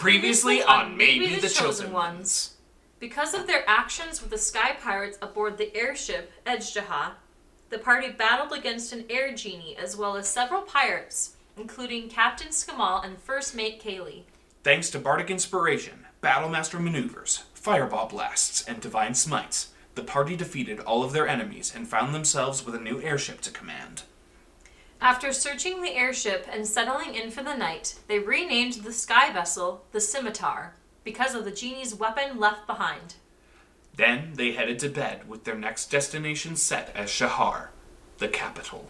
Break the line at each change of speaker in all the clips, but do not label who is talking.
Previously on Maybe the Chosen
Ones. Because of their actions with the Sky Pirates aboard the airship Ejderha, the party battled against an air genie as well as several pirates, including Captain Skamal and First Mate Kaylee.
Thanks to Bardic Inspiration, Battlemaster maneuvers, Fireball blasts, and Divine smites, the party defeated all of their enemies and found themselves with a new airship to command.
After searching the airship and settling in for the night, they renamed the sky vessel the Scimitar because of the genie's weapon left behind.
Then they headed to bed with their next destination set as Shahar, the capital.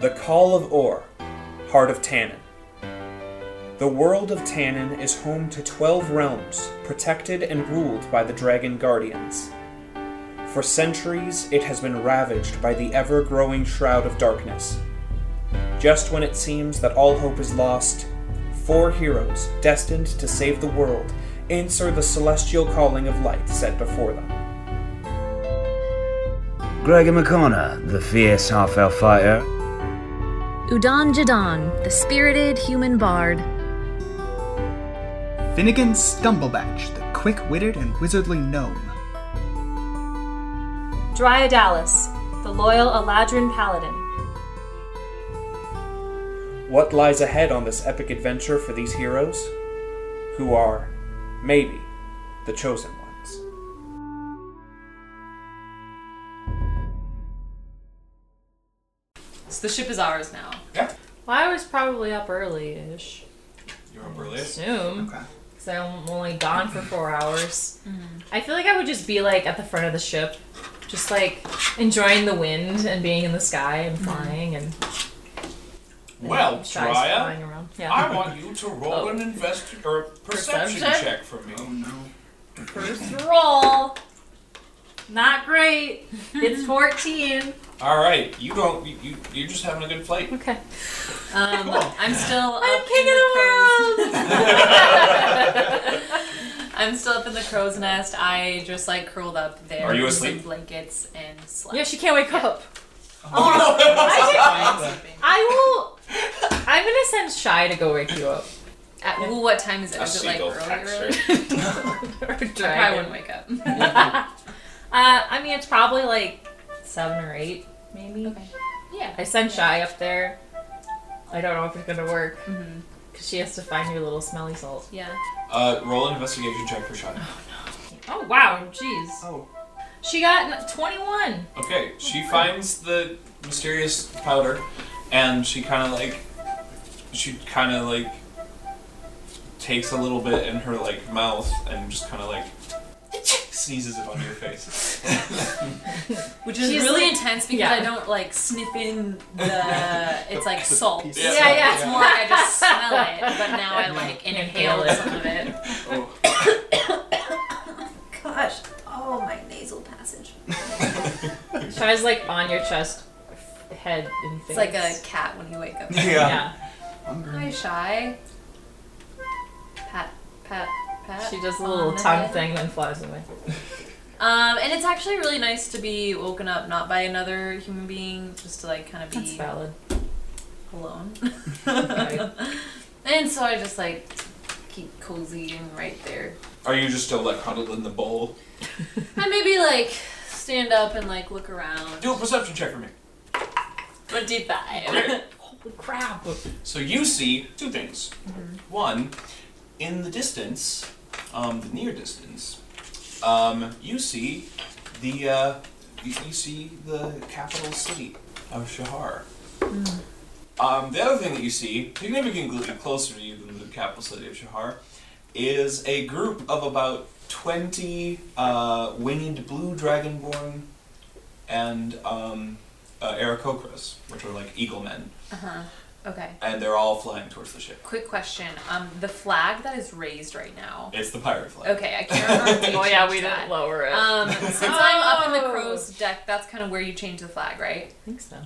The Call of Or, Heart of Tannin. The world of Tannin is home to 12 realms, protected and ruled by the Dragon Guardians. For centuries, it has been ravaged by the ever growing shroud of darkness. Just when it seems that all hope is lost, four heroes destined to save the world answer the celestial calling of light set before them.
Gregor McConnor, the fierce half elf fighter.
Udan Jadan, the spirited human bard.
Finnegan Stumblebatch, the quick witted and wizardly gnome.
Dryodalis, the loyal Eladrin paladin.
What lies ahead on this epic adventure for these heroes? Who are, maybe, the chosen ones.
So the ship is ours now.
Yeah.
Well, I was probably up early ish.
You're up early.
Assume.
Okay.
Because I'm only gone for four hours. I feel like I would just be like at the front of the ship, just like enjoying the wind and being in the sky and flying and.
Well,
and shy's flying
Drya,
around. Yeah.
I want you to roll an invest or perception
Oh. Perception?
check for
Oh,
me.
First roll. Not great. It's 14.
All right, you don't. You, you you're just having a good flight.
Okay. Um, I'm still.
I'm
up
king
in
of the
crow's- I'm still up in the crow's nest. I just like curled up there.
Are you
with
asleep?
Some blankets and slept.
Yeah, she can't wake up.
Oh,
I will. I'm gonna send Shy to go wake you up.
At, ooh, what time is it?
A
Is it like
seagull
early?
attacks
early?
her.
Or
I
drag
probably
him.
wouldn't wake up.
uh, I mean, it's probably like seven or eight, maybe.
Okay. Yeah.
I send Shy up there. I don't know if it's gonna work
Mm-hmm.
because she has to find your little smelly salt.
Yeah.
Uh, roll an investigation check for Shine.
Oh wow, jeez.
Oh.
She got n- 21.
Okay, she finds the mysterious powder, and she kind of like, she kind of like takes a little bit in her like mouth and just kind of like sneezes it on your face.
Which is
She's
really
like-
intense because
yeah.
I don't like sniff in the. It's like salt.
piece.
Yeah,
Yeah,
yeah.
yeah. It's more I just smell it, but now I like
Inhale
inhale
it.
some of it.
Oh.
Gosh. Oh, my nasal passage.
Shy's like on your chest, f- head and face.
It's like a cat when you wake up.
yeah.
Hi, shy. Pat, pat, pat.
She does a
Uh, on
little
the
tongue
head.
thing then flies away.
Um, and it's actually really nice to be woken up not by another human being, just to like kind of
That's
be
valid.
alone.
Right.
and so I just like keep cozy and right there.
Are you just still like huddled in the bowl?
I maybe like stand up and like look around.
Do a perception check for me.
Twenty five.
Okay.
Crap.
So you see two things. One, in the distance, um, the near distance, um, you see the uh, you, you see the capital city of Shahar. Um, the other thing that you see, significantly closer to you than the capital city of Shahar, is a group of about twenty uh, winged blue dragonborn and um, uh, Aarakocras, which are like eagle men
okay.
and they're all flying towards the ship.
Quick question. Um, the flag that is raised right now.
It's the pirate flag.
Okay, I can't remember. if they
Oh yeah,
changed
we
that.
didn't lower it.
Um, since I'm up in the
Oh.
crow's deck, that's kind of where you change the flag, right?
I think so.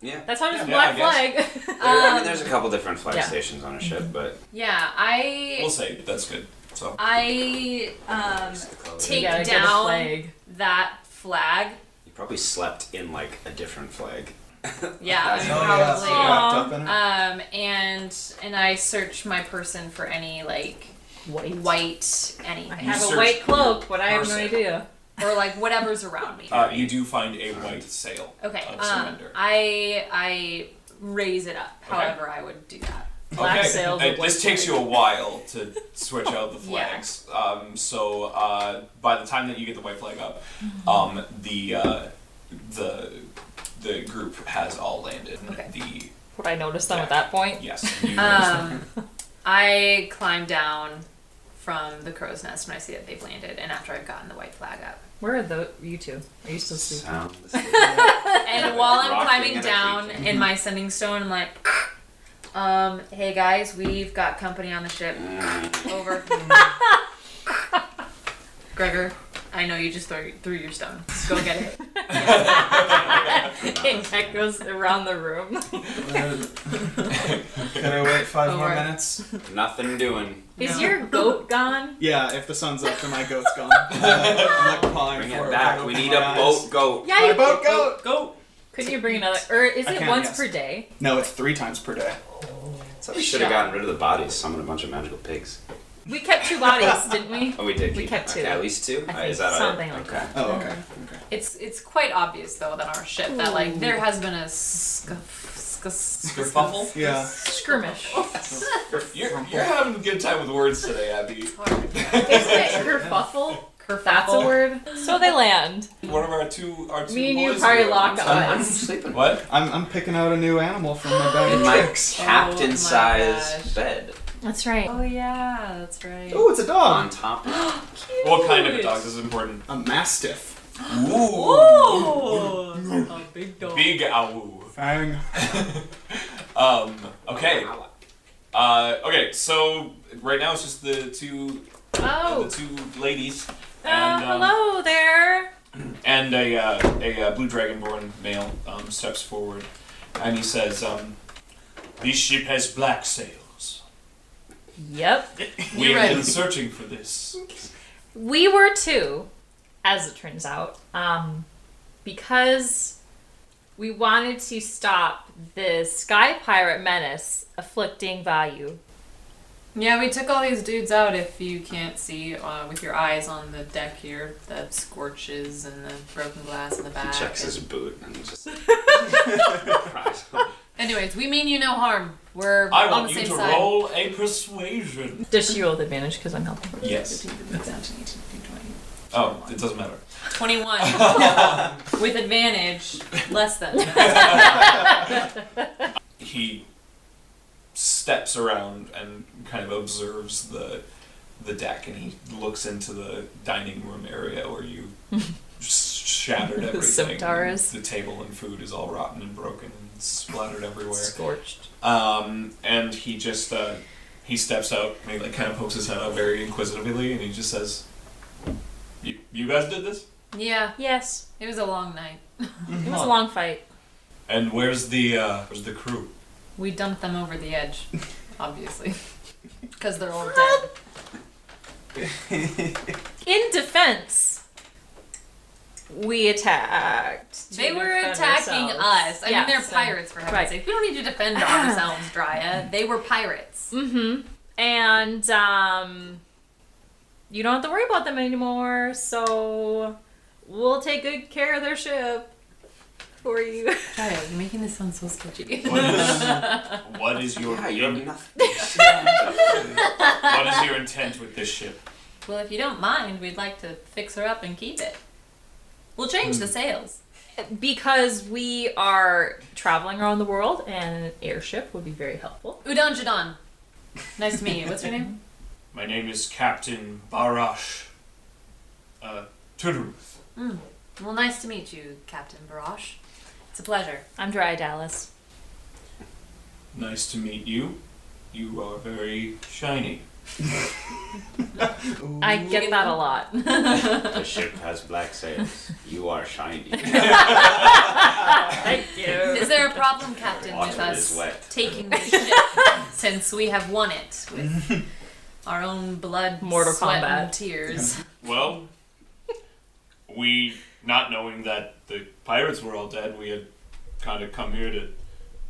Yeah.
That's how just
Yeah,
black
I
flag.
There, I mean,
Um,
there's a couple different flag
yeah.
stations on a ship, but
Yeah, I
We'll say that's good. So
I um take
gotta get a
down
flag.
that flag.
You probably slept in like a different flag.
Yeah, I mean,
Oh,
yeah,
probably.
so you wrapped up in it?
Um, and and I search my person for any like
White.
white anything
I have
search
a white cloak, but I have no
person.
idea.
or like whatever's around me.
Uh, you do find a white sail
Okay,
of
um,
surrender.
I I raise it up. However, I would do that.
Black sails
and
of
this
white
takes you
flag.
a while to switch out the
Yeah.
flags. Um, so uh, by the time that you get the white flag up,
Mm-hmm.
um, the uh, the the group has all landed.
Okay.
The
Would I notice them at that point?
yes, you
Um, I climb down from the crow's nest when I see that they've landed, and after I've gotten the white flag up.
Where are the you two? Are you still sleeping?
Sound.
And while I'm
Rocking
climbing
and
down
everything.
in my sending stone, I'm like, um, hey guys, we've got company on the ship. Over. Gregor, I know you just threw, threw your stone. Just go get it.
And that goes around the room.
Can I wait five
Don't more worry.
minutes?
Nothing doing.
Is
No.
your goat gone?
Yeah, if the sun's up, then my goat's gone. I'm like pawing
Bring
for
it
when I
back. We
open
need
my
a
eyes.
boat goat.
Yeah, you
boat goat.
go.
couldn't you bring another? Or is
I
it
can,
once
yes.
per day?
No, it's three times per day.
So we should have gotten rid of the bodies. Summoned a bunch of magical pigs.
We kept two bodies, didn't we?
Oh, we did.
We
keep-
kept
okay,
two.
At least two.
I
Uh,
think
Is that all right?
something like
okay.
that.
Oh, okay. Okay.
It's it's quite obvious though that our ship that like there has been a scuff, scuff,
Skerfuffle?
Yeah.
Skirmish.
You're, you're having a good time with words today, Abby.
Isn't it kerfuffle? That's a word. So they land.
One of our two our two
Me and you
boys
probably
were-
lock
I'm, I'm
eyes.
sleeping.
What?
I'm, I'm picking out a new animal from my bag
In
of
my
tricks.
captain
Oh my
size
gosh.
bed
That's right.
Oh yeah, that's right.
Oh, it's a
on
dog.
top of
What kind of a dog? This is important.
A mastiff.
Ooh.
a big dog.
Big owl.
Fang.
Um, okay. Uh, okay, so right now it's just the two uh,
Oh,
the two ladies
uh,
and um,
hello there.
and a uh, a uh, blue dragonborn male um, steps forward and he says, um, "This ship has black sails.
Yep.
We
right.
have been searching for this.
We were too, as it turns out, um, because we wanted to stop the sky pirate menace afflicting Vayu.
Yeah, we took all these dudes out. If you can't see uh, with your eyes on the deck here, the scorches and the broken glass in the
it.
back.
He checks
and-
his boot and just.
Anyways, we mean you no harm. We're
I
on
want
the
you
same
to
side.
roll a persuasion."
Does she roll with advantage because I'm helping her?
Yes. Oh, it doesn't matter.
Twenty-one with advantage, less than.
he steps around and kind of observes the the deck and he looks into the dining room area where you s- shattered everything.
Simtars.
The table and food is all rotten and broken and splattered everywhere.
Scorched.
Um, and he just uh, he steps out and he like kind of pokes his head out very inquisitively and he just says, "You you guys did this?
yeah,
Yes.
it was a long night.
It was a long fight.
And where's the uh, where's the crew?
We dumped them over the edge, obviously, because they're all dead.
In defense, we attacked. to
They were
defend
attacking
ourselves.
us. I
Yeah,
mean, they're
so-
pirates for heaven's
Right.
sake. We don't need to defend ourselves, Drya. They were pirates.
And um, you don't have to worry about them anymore. So we'll take good care of their ship for you.
Drya, you're making this sound so sketchy.
What is, what is your
Yeah, you have nothing.
what is your intent with this ship?
Well, if you don't mind, we'd like to fix her up and keep it. We'll change
Hmm.
the sails.
because we are traveling around the world, and an airship would be very helpful.
Udon Jadon. Nice to meet you. What's your name?
My name is Captain Barash uh, Turuth.
Well, nice to meet you, Captain Barash. It's a pleasure.
I'm Dry Dallas.
Nice to meet you. You are very shiny.
I get that a lot.
The ship has black sails. You are shiny.
Mm.
Thank you.
Is there a problem, Captain, with
Water is
us
wet.
taking the ship since we have won it with our own blood,
Mortal
sweat,
Kombat.
and tears?
Well, not knowing that the pirates were all dead, we had kind of come here to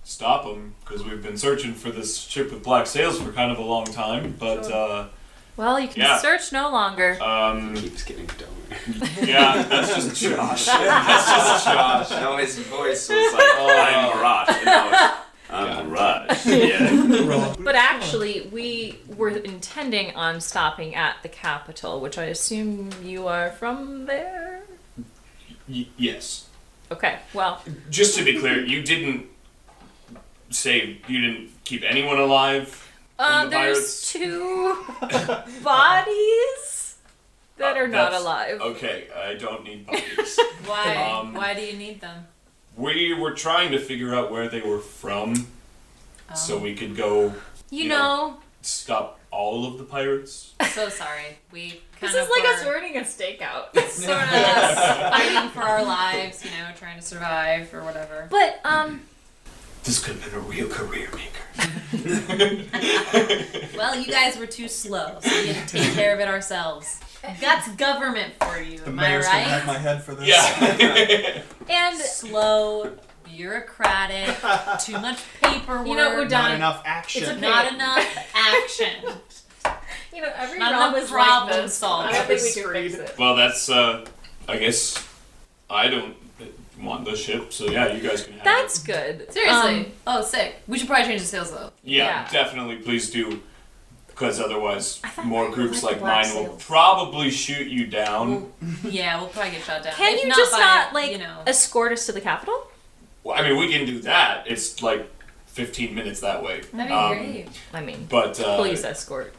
stop them because we've been searching for this ship with black sails for kind of a long time. But uh,
Well, you can
Yeah.
search no longer.
um,
keeps getting dumber.
yeah, that's just Josh.
that's just Josh. No, his voice was like, oh, I'm Mirage. And now it's, I'm Mirage. Yeah.
But actually, we were intending on stopping at the capital, which I assume you are from there.
Y- yes.
Okay, well,
Just to be clear, you didn't say you didn't keep anyone alive.
uh,
the
there's
pirates?
two bodies that
Uh,
are not
Uh, That's-
alive.
Okay, I don't need bodies.
Why?
Um,
Why do you need them?
we were trying to figure out where they were from,
Oh.
so we could go
You,
you
know,
stop all of the pirates.
So sorry. We kind
this
of
is like us
were
running a stakeout.
sort of us fighting for our lives, you know, trying to survive or whatever.
but um,
This could have been a real career maker.
Well, you guys were too slow, so we had to take care of it ourselves. That's government for you,
The
am I
mayor's gonna have
right?
my head for this.
Yeah.
and
Slow, bureaucratic, too much paperwork.
you know,
Not
Udon,
enough action.
Uh, It's okay.
not enough action.
you know, every
Not
problem
enough
is
problem
like this.
solved.
I don't think we can fix it.
well, that's. uh I guess I don't want the ship, so yeah, you guys can have it.
That's good.
Seriously.
Um,
oh, sick. We should probably change the sales though.
Yeah,
Yeah.
definitely. Please do, because otherwise,
thought
more
we
groups
had
like
the black
mine will
seals.
probably shoot you down.
Yeah, we'll probably get shot down.
can
If
you just
by,
not like
you know?
escort us to the capital?
Well, I mean, we can do that. It's like fifteen minutes that way.
That'd be
Um,
great.
I mean,
But uh,
police escort.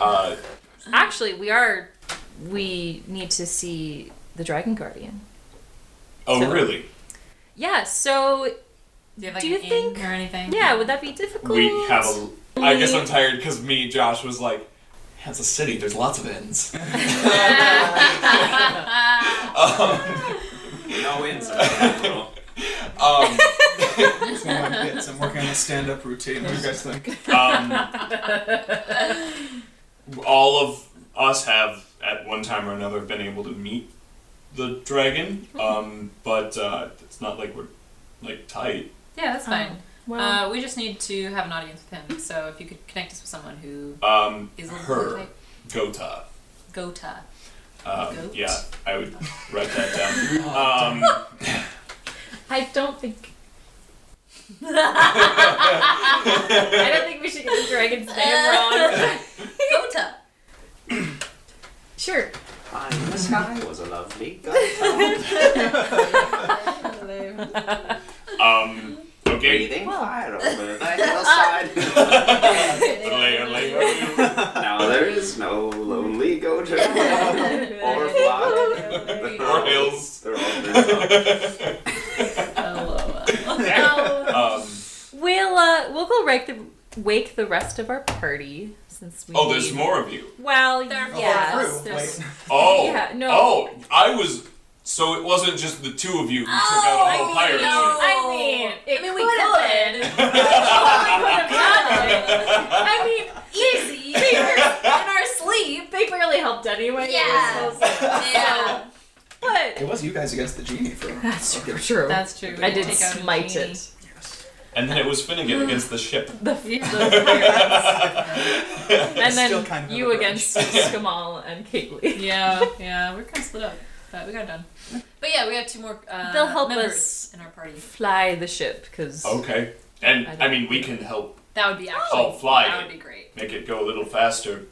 Uh,
Actually, we are. We need to see the Dragon Guardian.
oh,
So-
really?
Yeah. So
Do you have like
do you
an inn
think-
or anything?
yeah, would that be difficult?
We have a. I guess I'm tired because me, Josh, was like, "Yeah, "It's a city. There's lots of ends." um,
No inside.
um,
It's one of my bits. I'm working on a stand-up routine. What do you guys think?
um, all of us have, at one time or another, been able to meet the dragon, um, but uh, it's not like we're like tight.
Yeah, that's fine.
Um, well,
uh, we just need to have an audience with him. So if you could connect us with someone who
Um,
is a little bit
her
like
Gota.
Gota.
Um,
Goat?
yeah, I would write that down. Um,
I don't think. I don't think we should get the dragon's name wrong.
Gota.
Sure.
Pie in the sky was a lovely guy.
um, okay.
Breathing fire over the hillside.
Layer, layer.
now there is no lonely goater or flock
Or hills.
They're all there.
Um,
Um,
we'll uh, we'll go wake the wake the rest of our party since we.
oh, there's
need-
more of you.
Well,
Oh,
yes.
crew.
there's-
Wait.
Oh,
Yeah, no.
oh, I was. So it wasn't just the two of you who took out
Oh,
all the pirates.
I mean, it
I mean, we
could have been. I mean, easy. They were in our sleep. They barely helped anyway.
Yeah. yeah.
But
It was you guys against the genie for. That's
true.
That's true. We
I
did
did
take out a
smite
genie.
it.
And then it was Finnegan against the ship.
And
Still
then
kind of
you
have a
against Skamal and Kaylee.
yeah, yeah, we're kind of split up, but we got it done. But yeah, we have two more. Uh,
They'll help
members
us.
in our party.
Fly the ship, because
Oh.
Okay. And
I don't-
I, mean, we can help
That would be actually.
Oh, fly
That
it.
would be great.
make it go a little faster.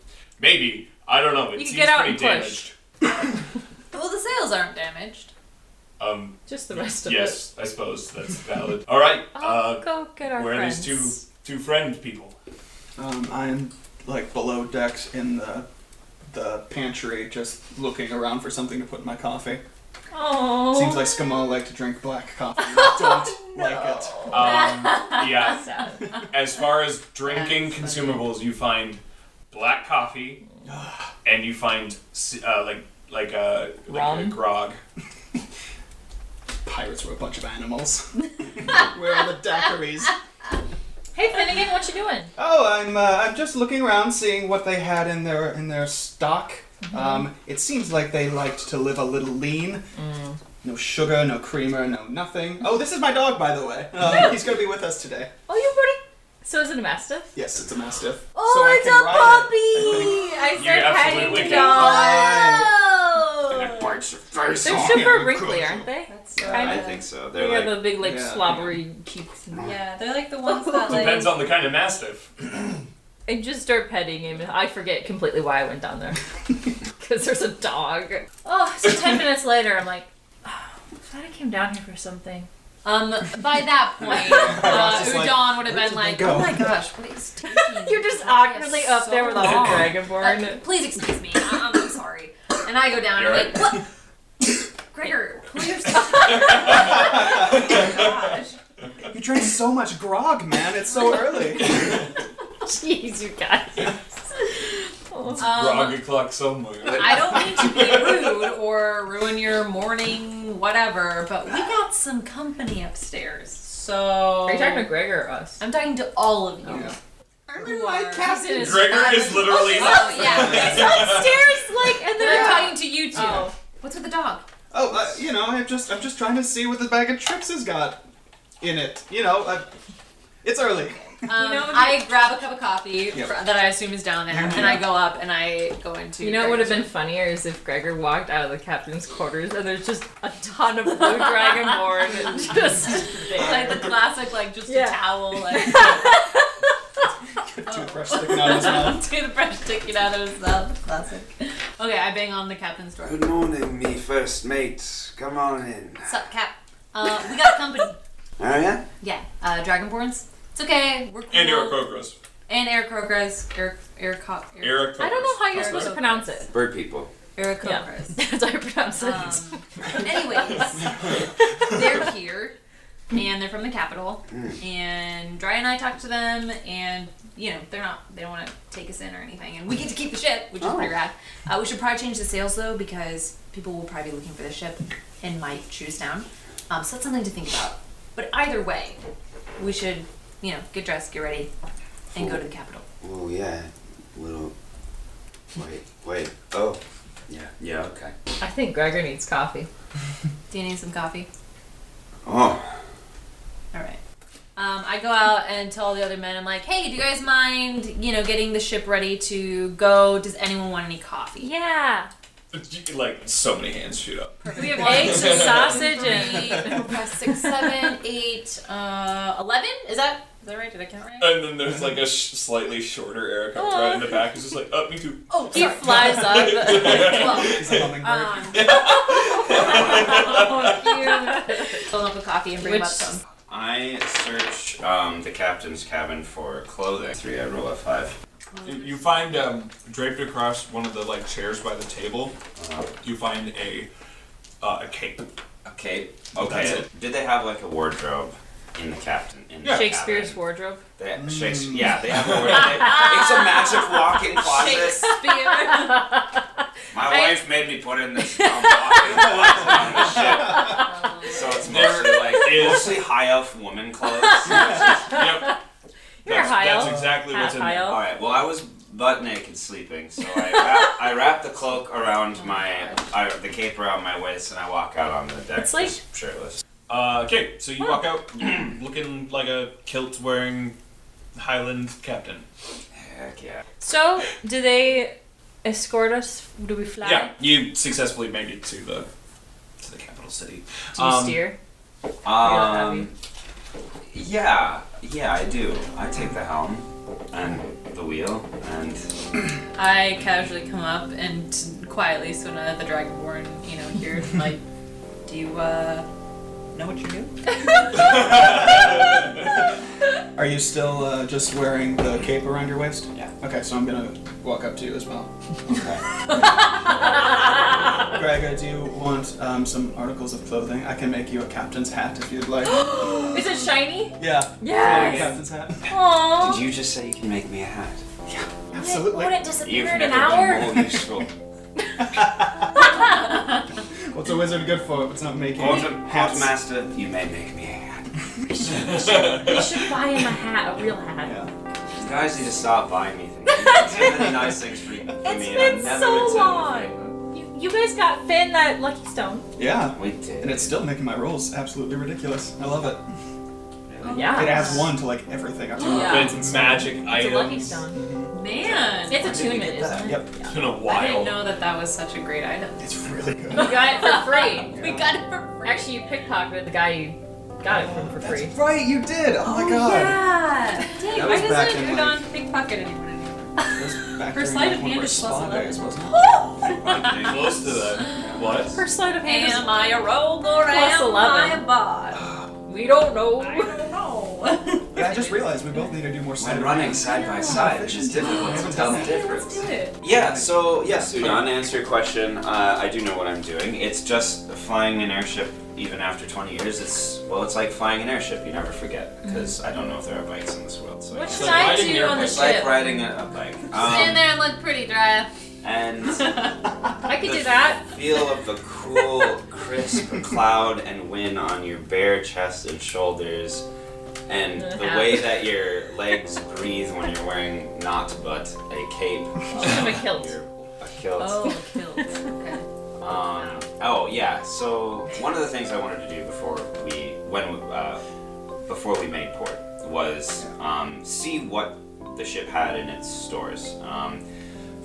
Maybe I don't know. It
You can
seems
get out
pretty
and
damaged.
push.
Well, the sails aren't damaged.
Um,
just the rest of us.
yes, I suppose that's valid. All right.
it. I'll
Uh,
go get our
where are
friends.
these two two friend people?
Um, I'm like below decks in the the pantry, just looking around for something to put in my coffee.
Oh.
Seems like Skamal like to drink black coffee. I don't like it.
Um, yeah. As far as drinking consumables, you find black coffee, and you find s- uh, like like a like a
Rum?
grog.
Pirates were a bunch of animals. Where are the daiquiris?
Hey Finnegan, what you doing?
Oh, I'm uh, I'm just looking around, seeing what they had in their
Mm-hmm. Mm.
in their stock. Um, it seems like they liked to live a little lean. No sugar, no creamer, no nothing. Oh, this is my dog, by the way. Um, he's going to be with us today.
Oh, you brought it. So is it a mastiff?
Yes, it's a mastiff.
Oh,
I
it's
can
a
ride
puppy! I,
You
start
absolutely
petting the
can.
dog.
And it bites your
They're
face off.
super wrinkly, aren't they?
uh,
Yeah, I think so. They're
they
like,
have the big, like,
yeah.
slobbery cheeks.
Yeah, they're like the ones that like.
Depends on the kind of mastiff.
I just start petting him. and I forget completely why I went down there. Because there's a dog. Oh, so 10 minutes later, I'm like, oh, I thought I came down here for something.
Um, by that point, uh,
Ross is like,
Udon would have
"Where did
been
they
like,
go?"
"Oh my gosh, what is taking
You're just awkwardly up there with a whole
dragonborn?"
dragonborn.
Uh, please excuse me, I- I'm sorry. And I go down
You're
and I'm like, "What, Gregor? Pull yourself."
You drink so much grog, man. It's so early.
Jeez, you guys.
Um,
Grog o'clock somewhere.
I don't mean to be rude or ruin your morning, whatever, but we got some company upstairs. So
Are you talking to Gregor or us?
I'm talking to all of you.
Oh,
Who are-
Captain is
Gregor
fine.
is literally-
Oh, yeah.
He's upstairs,
like, and
then
they're-
I'm talking to you two.
Oh.
What's with the dog?
Oh, uh, you know, I'm just I'm just trying to see what the bag of trips has got in it. You know, uh, it's early.
Um,
know what
I grab a cup of coffee
Yep.
fr- that I assume is down there,
Mm-hmm.
Mhm.
and I go up and I go into.
You know what would
Gregor's
have been funnier is if Gregor walked out of the captain's quarters and there's just a ton of blue dragonborn just there.
like the classic, like just a towel, like
Toothbrush sticking out of his mouth.
toothbrush sticking out of his mouth. Classic. Okay, I bang on the captain's door.
Good morning, me first mate. Come on in.
Sup, Cap? Uh, we got company.
Oh yeah?
Yeah, uh, Dragonborns. It's okay. We're cool.
And Eric Ogros.
And Eric Krogras. Eric, Eric, Co- Eric,
Eric
I don't know how you're supposed to pronounce it. Um,
Bird people.
Eric
Yeah.
Krogras.
That's how you pronounce it.
Anyways, they're here, and they're from the capital.
Mm.
And Dry and I talked to them, and you know they're not they don't want to take us in or anything, and we get to keep the ship, which is
Oh.
pretty rad. Uh, we should probably change the sails though because people will probably be looking for the ship and might shoot us down. Um, so that's something to think about. But either way, we should you know get dressed, get ready, and go to the capital.
Oh yeah. Little. Wait, wait. Oh. Yeah. Yeah. Okay.
I think Gregor needs coffee.
Do you need some coffee?
Oh.
All right. Um, I go out and tell the other men, I'm like, hey, do you guys mind, you know, getting the ship ready to go? Does anyone want any coffee?
Yeah.
Like, so many hands shoot up.
We have
eggs and sausage
three, four, six, seven, eight, uh, eleven? Is that is that right? Did I count right?
And then there's like a sh- slightly shorter Eric up in the back. He's just like, up, me too.
Oh, he flies up.
He's a hummingbird.
um, Fill up with coffee and bring
Which-
up some.
I search um, the captain's cabin for clothing. Three. I roll a five.
You, you find um, draped across one of the like chairs by the table. You find a uh, a cape.
A cape.
That's
Okay.
it.
Did they have like a wardrobe in the captain? In The cabin?
Shakespeare's wardrobe.
They, Shakespeare, yeah, they have a word. They, it's a magic walk-in closet.
Shakespeare.
My wife made me put in this um, walk-in closet on the ship, so it's mostly like mostly high elf woman clothes.
yep.
You're a high
that's
elf.
exactly
Half
what's in
high
there.
elf.
All right. Well, I was butt naked sleeping, so I wrap, I wrap the cloak around my I, the cape around my waist, and I walk out on the deck.
It's like-
just shirtless.
Uh, okay, so you walk out looking like a kilt wearing Highland captain.
Heck yeah.
So, do they escort us? Do we fly?
Yeah, you successfully made it to the to the capital city.
Do you steer?
Um, yeah, yeah, I do. I take the helm and the wheel and.
I casually come up and quietly, so none of the dragonborn, you know, here, like, do you uh, know what you do?
Are you still uh, just wearing the cape around your waist? Yeah. Okay, so I'm gonna walk up to you as well. Okay. Gregor, do you want um, some articles of clothing? I can make you a captain's hat if you'd like.
Is it shiny?
yeah.
Yes!
Captain's hat.
Aww.
you just say you can make me a hat?
Absolutely.
Wouldn't it disappear
You've
in an
never
hour?
been more useful.
What's a wizard good for if it's not making
Quarter-
hats?
Quartermaster, you may make me a hat.
They should buy him a hat, a real hat.
You guys need to stop buying me things. You do so many nice things for for me. and I
It's been
never
so
return the
long. You,
you guys got Finn that lucky stone.
Yeah.
We did.
And it's still making my rolls absolutely ridiculous. I love it.
Oh, Yeah.
It adds one to like everything. Up to
Yeah.
now.
It's
magic
It's a lucky stone. Man, it's attunement, isn't it?
Yep.
It's been a
I didn't
while.
know that that was such a great item.
It's really good.
We got it for free. We got it for free. Actually, you pickpocketed the guy you got it from for free.
Right, you did. Oh my
Oh,
god.
Yeah. Dang,
That
why
was back
doesn't
in,
Udon pickpocket anyone?
Back
Her
during,
sleight
like,
of
one
hand
our
is plus
spa
11.
days, wasn't it?
Close to that. What?
Her sleight of
hand
is-
Am I a rogue or
Plus
am
11.
I a bard?
We don't know. I
don't know.
Yeah, I just realized we both need to do more side
When running side by side, it's just difficult to tell the difference. Yeah, so, yes, Udon, to answer your question, uh, I do know what I'm doing. It's just flying an airship, even after 20 years, it's, well, it's like flying an airship, you never forget,
Mm-hmm.
because I don't know if there are bikes in this world. So
What
it's
should
like
I
riding
do
your
on the
bike. It's like
ship?
riding a, a bike.
Stand
Um,
there and look pretty, Dry.
and
I could
The
do that.
feel of the cool, crisp cloud and wind on your bare chest and shoulders, and
Uh,
the
hat.
way that your legs breathe when you're wearing not but a cape,
I'm a kilt.
a kilt.
Oh, kilt. Okay.
Um, oh yeah. So one of the things I wanted to do before we when we, uh, before we made port was um, see what the ship had in its stores. Um,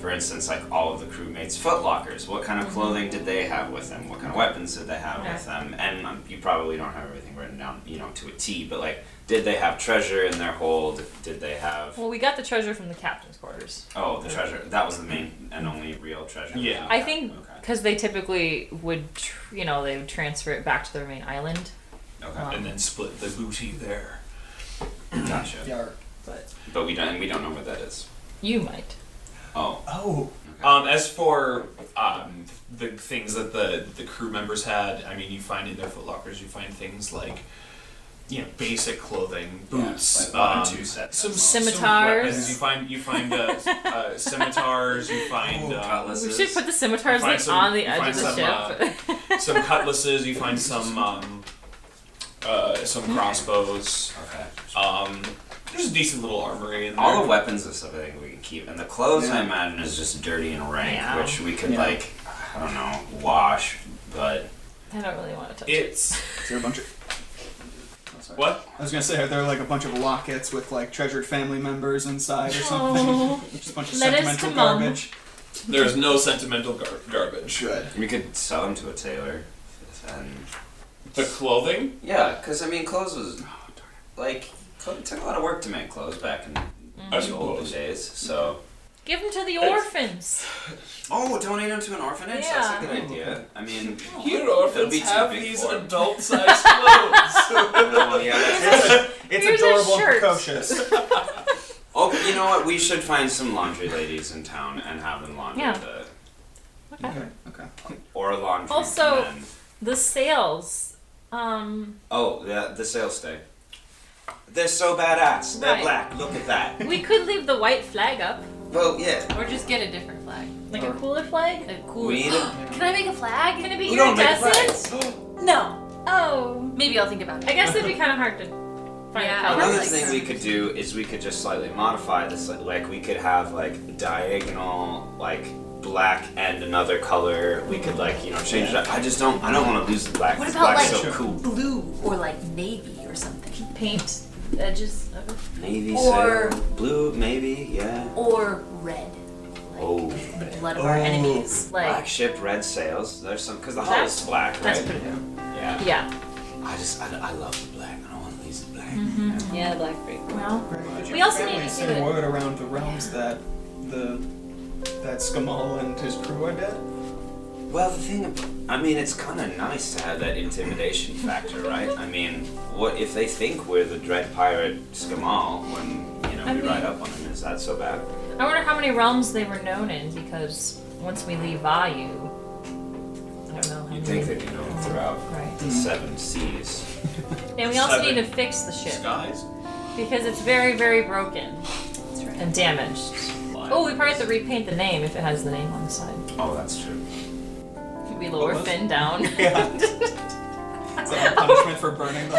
for instance, like all of the crewmates' foot lockers. What kind
Mm-hmm.
of clothing did they have with them? What kind of weapons did they have with them? And um, you probably don't have everything written down, you know, to a T. But like, did they have treasure in their hold? Did they have
Well, we got the treasure from the captain's quarters.
oh the treasure? That was the main and only real treasure. Yeah.
I think because they typically would, tr- you know, they would transfer it back to their main island.
Okay.
Um,
And then split the booty there.
Gotcha.
But
But we don't. We don't know what that is.
you might.
Oh.
Oh.
Um, as for um, the things that the the crew members had, I mean, you find in their footlockers, you find things like. You know, basic clothing, boots,
like one and
um,
two sets.
some
Scimitars.
Some weapons. You find you find uh, uh, scimitars. You
Oh,
find uh,
We should put the
You
scimitars
find
like,
some-
on the
you
edge
find
of the
some,
ship.
uh, some cutlasses. You find some um, uh, some crossbows. Okay. Um, there's a decent little armory in there.
All the weapons and stuff I think we can keep, and the clothes I imagine is just dirty and rank,
Yeah.
which we could
Yeah.
like, I don't know, wash. But
I don't really want to touch it.
It's
Is there a bunch of
what?
I was gonna say, are there like a bunch of lockets with like treasured family members inside or something?
Oh.
Just a bunch of
Let us
sentimental
to mum.
garbage.
There's no sentimental gar- garbage.
Good.
we could sell them to a tailor, and
The clothing.
yeah, because I mean, clothes was like cl- it took a lot of work to make clothes back in
I
the olden
suppose.
days. So
Give them to the orphans.
oh, donate them to an orphanage. That's a
Yeah.
good idea. I mean,
Here,
that'd be
orphans
too
have
big
these
for 'em.
adult-sized clothes.
Oh, yeah, that's-
It's
Here's a
adorable and
shirt.
precocious.
Oh, you know what? We should find some laundry ladies in town and have them launder
Yeah.
the
okay. Okay.
or laundry.
Also-
men.
The sails. Um,
oh, the the sales stay. They're so badass. They're
Right.
black. Look at that.
we could leave the white flag up,
Well, yeah.
Or just get a different flag.
like a cooler flag.
A cool.
We need a,
Can I make a flag?
Can it be
we don't make
iridescent?
flags.
No.
Oh,
Maybe I'll think about it.
I guess it'd be kind of hard to find
Yeah.
a color.
Another
like
thing
that.
we could do is we could just slightly modify this. Like, like we could have like diagonal, like black and another color. We could like you know change it up. I just don't. I don't want to lose the black.
What
'cause
about,
black's
like,
so cool?
Blue or like navy or something.
Paint the edges of it.
Navy,
Or-
sail, blue, maybe. Yeah.
Or red.
Oh.
Blood of our
Oh.
enemies.
Black
Like,
ship, red sails. There's some because the hull
That's-
is black,
that's
right?
pretty
Yeah.
yeah.
I just I, I love the black. I don't want to lose the black.
Yeah, the black freak.
Well,
Your
also
family
need to
sent
do it.
word around the realms that the that Skamal and his crew are dead.
Well, the thing, ab- I mean, it's kind of nice to have that intimidation factor, right? I mean, what if they think we're the Dread Pirate Skamal when you know
I
we ride
mean-
up on them? Is that so bad?
I wonder how many realms they were known in because once we leave Vayu, I don't know. how
You'd
many-
think they'd be known throughout
Right.
the seven seas.
And we also
Seven.
need to fix the ship
Skies.
because it's very, very broken and damaged. Oh, we probably have to repaint the name if it has the name on the side.
Oh, that's true.
We lower
was-
Finn down.
Yeah. Is that a punishment for burning the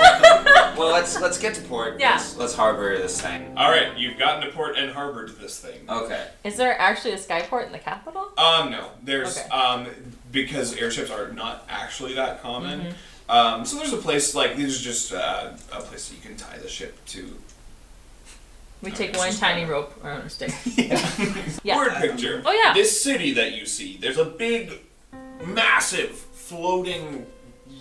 well, let's let's get to port.
Yeah.
Let's, let's harbor this thing.
All right, you've gotten to port and harbored this thing.
Okay.
Is there actually a skyport in the capital?
Um, no, there's
Okay.
um because airships are not actually that common.
Mm-hmm.
Um, so there's a place like there's just uh, a place that you can tie the ship to.
We take one tiny rope around a stick. Yeah.
Word picture.
Oh, yeah.
This city that you see, there's a big, massive floating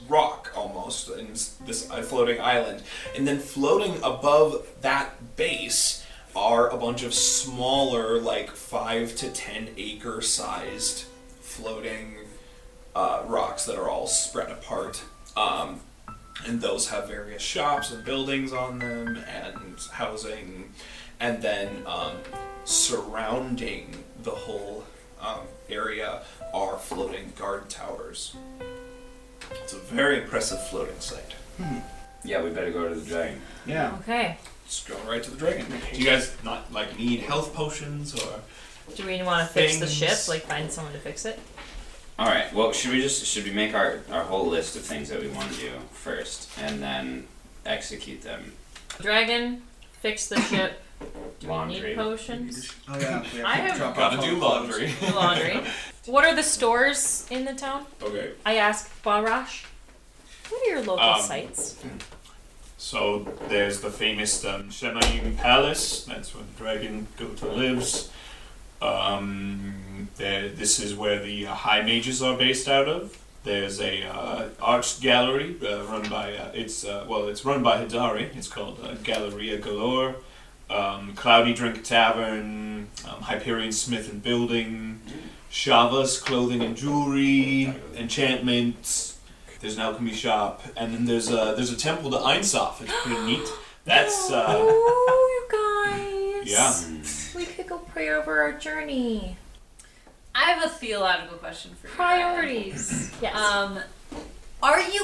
rock almost, and s- this uh, floating island, and then floating above that base are a bunch of smaller, like five to ten acre sized floating uh, rocks that are all spread apart. Um, and those have various shops and buildings on them and housing and then um, surrounding the whole um, area are floating guard towers it's a very impressive floating site
Yeah, we better go to the dragon.
yeah
Okay.
just go right to the dragon do you guys not like need health potions or
Do we want to fix the ship?
Things.
Like find someone to fix it?
All right. Well, should we just should we make our our whole list of things that we want to do first, and then execute them?
Dragon, fix the ship. Do we
Laundry.
need potions?
Oh yeah, we have
I
to
have-
drop
Gotta
off
do
all the
laundry.
clothes.
Laundry. What are the stores in the town?
okay
I ask Barash. What are your local
Um,
sites?
So there's the famous um, Shemayim Palace. That's where the dragon Gota lives. Um, there, this is where the uh, high mages are based out of. There's a uh, arts gallery uh, run by uh, it's uh, well it's run by Hidari. It's called uh, Galleria Galore. Um, Cloudy Drink Tavern, um, Hyperion Smith and Building, Shava's Clothing and Jewelry, Enchantments, there's an alchemy shop, and then there's a there's a temple to Einsaf. It's pretty neat. That's uh,
Oh, you
yeah.
guys. We could go pray over our journey.
I have a theological question for you.
Priorities. yes.
Um, are you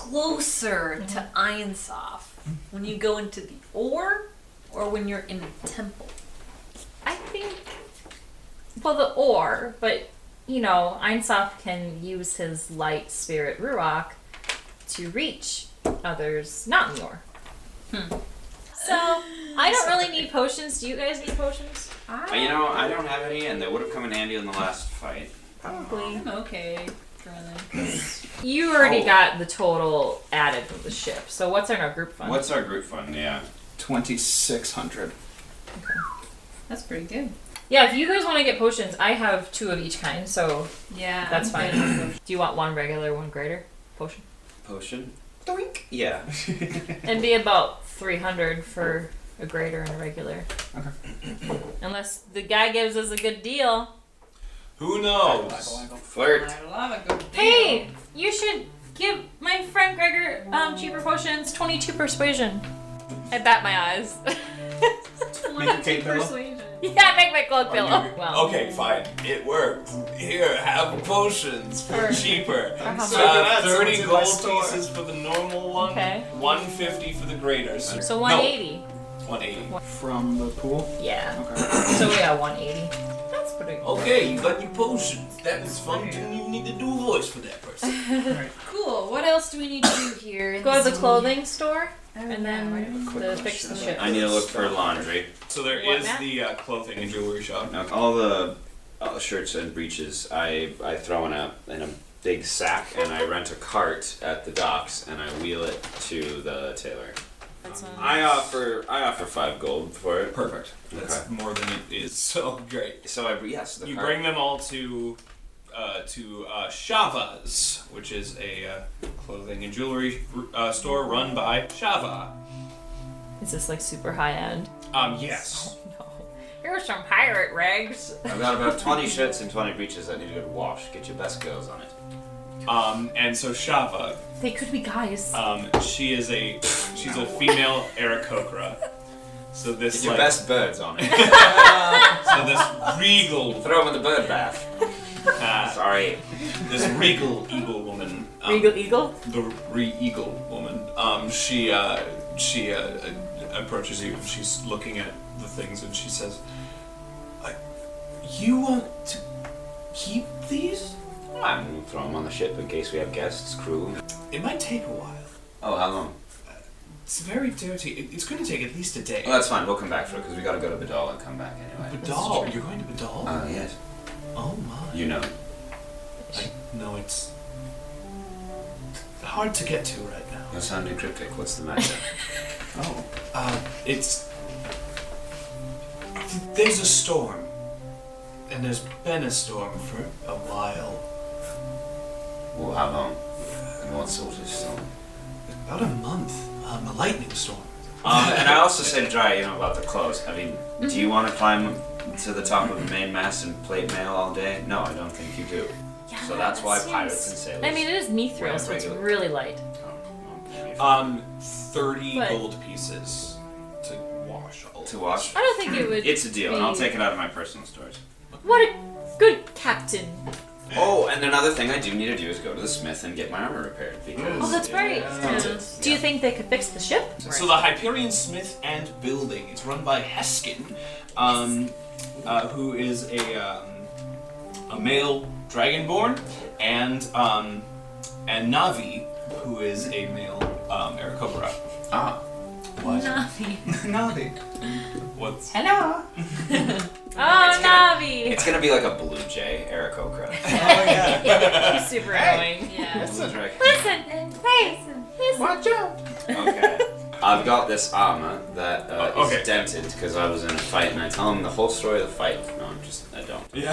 closer
Mm-hmm.
to Ironsoft when you go into the ore or when you're in a temple?
I think. Well, the ore, but you know, Einsof can use his light spirit Ruach to reach others not in the ore. Hmm. So I don't really need potions. Do you guys need potions?
Uh, you know, I don't have any, and they would have come in handy in the last fight.
Probably.
I'm okay.
You already
Oh.
got the total added from the ship. So what's in our group fund?
What's our group fund? Yeah.
Twenty six hundred.
That's pretty good.
Yeah, if you guys want to get potions, I have two of each kind, so
Yeah.
that's fine. Do you want one regular, one greater potion?
Potion. Doink. Yeah.
It'd be about 300 for a greater and a regular. Unless the guy gives us a good deal.
Who knows?
Flirt.
Hey, you should give my friend Gregor um, cheaper potions 22 persuasion. I bat my eyes.
Make a cape pillow.
yeah, make my cloak pillow. Well,
Okay, fine. It worked. Here, have potions for
For-
cheaper.
how much?
So
Look
uh, thirty
someone
gold
did my store.
pieces for the normal one.
Okay.
One fifty for the greater. So,
so 180.
One eighty.
From the pool.
Yeah.
Okay.
So yeah, 180. That's pretty good.
Okay, you got your potions. That was fun. Didn't even need to do a voice for that person.
Cool. What else do we need to do here?
Go to the clothing store and then
quick
the fix the
question.
ship.
I need to look for laundry.
So there is
What, Matt?
the uh, clothing and jewelry shop.
Now, all the all the shirts and breeches, I I throw in a in a big sack, and I rent a cart at the docks, and I wheel it to the tailor. I offer I offer five gold for it.
Perfect. That's
Okay.
more than it is. So great.
So I yes, the
You
cart.
bring them all to uh, to uh, Shava's, which is a uh, clothing and jewelry uh, store run by Shava.
Is this like super high end?
Um, yes.
No. Here's some pirate rags.
I've got about twenty shirts and twenty breeches I need to wash. Get your best girls on it.
Um, and so Shava,
They could be guys.
um, she is a she's a female Aarakocra. So
Get
this
your
like
best birds on it.
so this regal
throw them in the bird bath.
uh,
Sorry.
this regal eagle woman. um,
Regal Eagle?
the re eagle woman. Um, she uh, she uh, uh, approaches you. and She's looking at the things, and she says, I, "You want to keep these?
I'm gonna throw them on the ship in case we have guests, crew.
It might take a while.
Oh, how long?
It's very dirty. It, it's going to take at least a day.
Well, that's fine. We'll come back for it because we got to go to Badal and come back anyway.
Badal? You're going to Badal?
Uh, yes.
Oh my.
You know.
I know it's hard to get to right now.
You're sounding cryptic. What's the matter?
Oh. Uh, it's. There's a storm. And there's been a storm for a while.
well, how long? And what sort of storm?
About a month. Um, a lightning storm.
Um, and I also said, Dry, you know, about the clothes. I mean, do
Mm-hmm.
you want to climb to the top of the main mast and plate mail all day? No, I don't think you do. so that's why pirates and sailors.
I mean, it is mithril,
wear
so it's
regular-
really light.
Um, 30
But-
gold pieces to wash all
To wash?
I don't think it would
It's a deal, and I'll
be-
take it out of my personal storage.
What a good captain.
Oh, and another thing I do need to do is go to the smith and get my armor repaired because.
Oh, that's right. Do you think they could fix the ship?
So the Hyperion Smith and Building. It's run by Heskin, um, uh, who is a um, a male Dragonborn, and um, and Navi, who is a male um, Aarakocra. Ah, what? Navi. What's
Hello. oh, Navi.
It's gonna be like a blue jay, Eric Okra.
He's super annoying.
Listen.
Listen, listen, listen. Watch out.
I've got this armor that uh,
Oh, okay.
is dented because I was in a fight, and I tell him the whole story of the fight. No, I'm just I don't.
Yeah.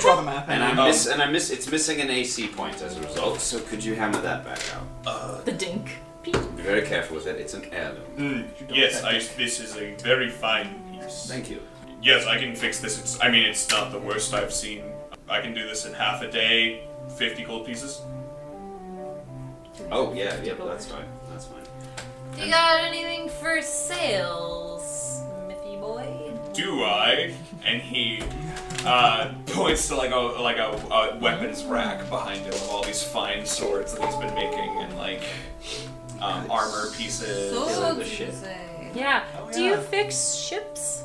Draw the map.
And I
Oh.
miss, and I miss. It's missing an AC point as a result. So could you hammer that back out? Uh,
The dink.
be very careful with it. It's an heirloom.
Mm, yes, I, this is a very fine piece.
Thank you.
Yes, I can fix this. It's, I mean, it's not the worst I've seen. I can do this in half a day, 50 gold pieces.
Oh yeah, yeah, that's fine. That's fine.
Do you got anything for sale, Smithy boy?
Do I? And he uh, points to like a like a, a weapons rack behind him of all these fine swords that he's been making and like um, armor pieces.
Swords, you
Oh, Yeah. Do you fix ships?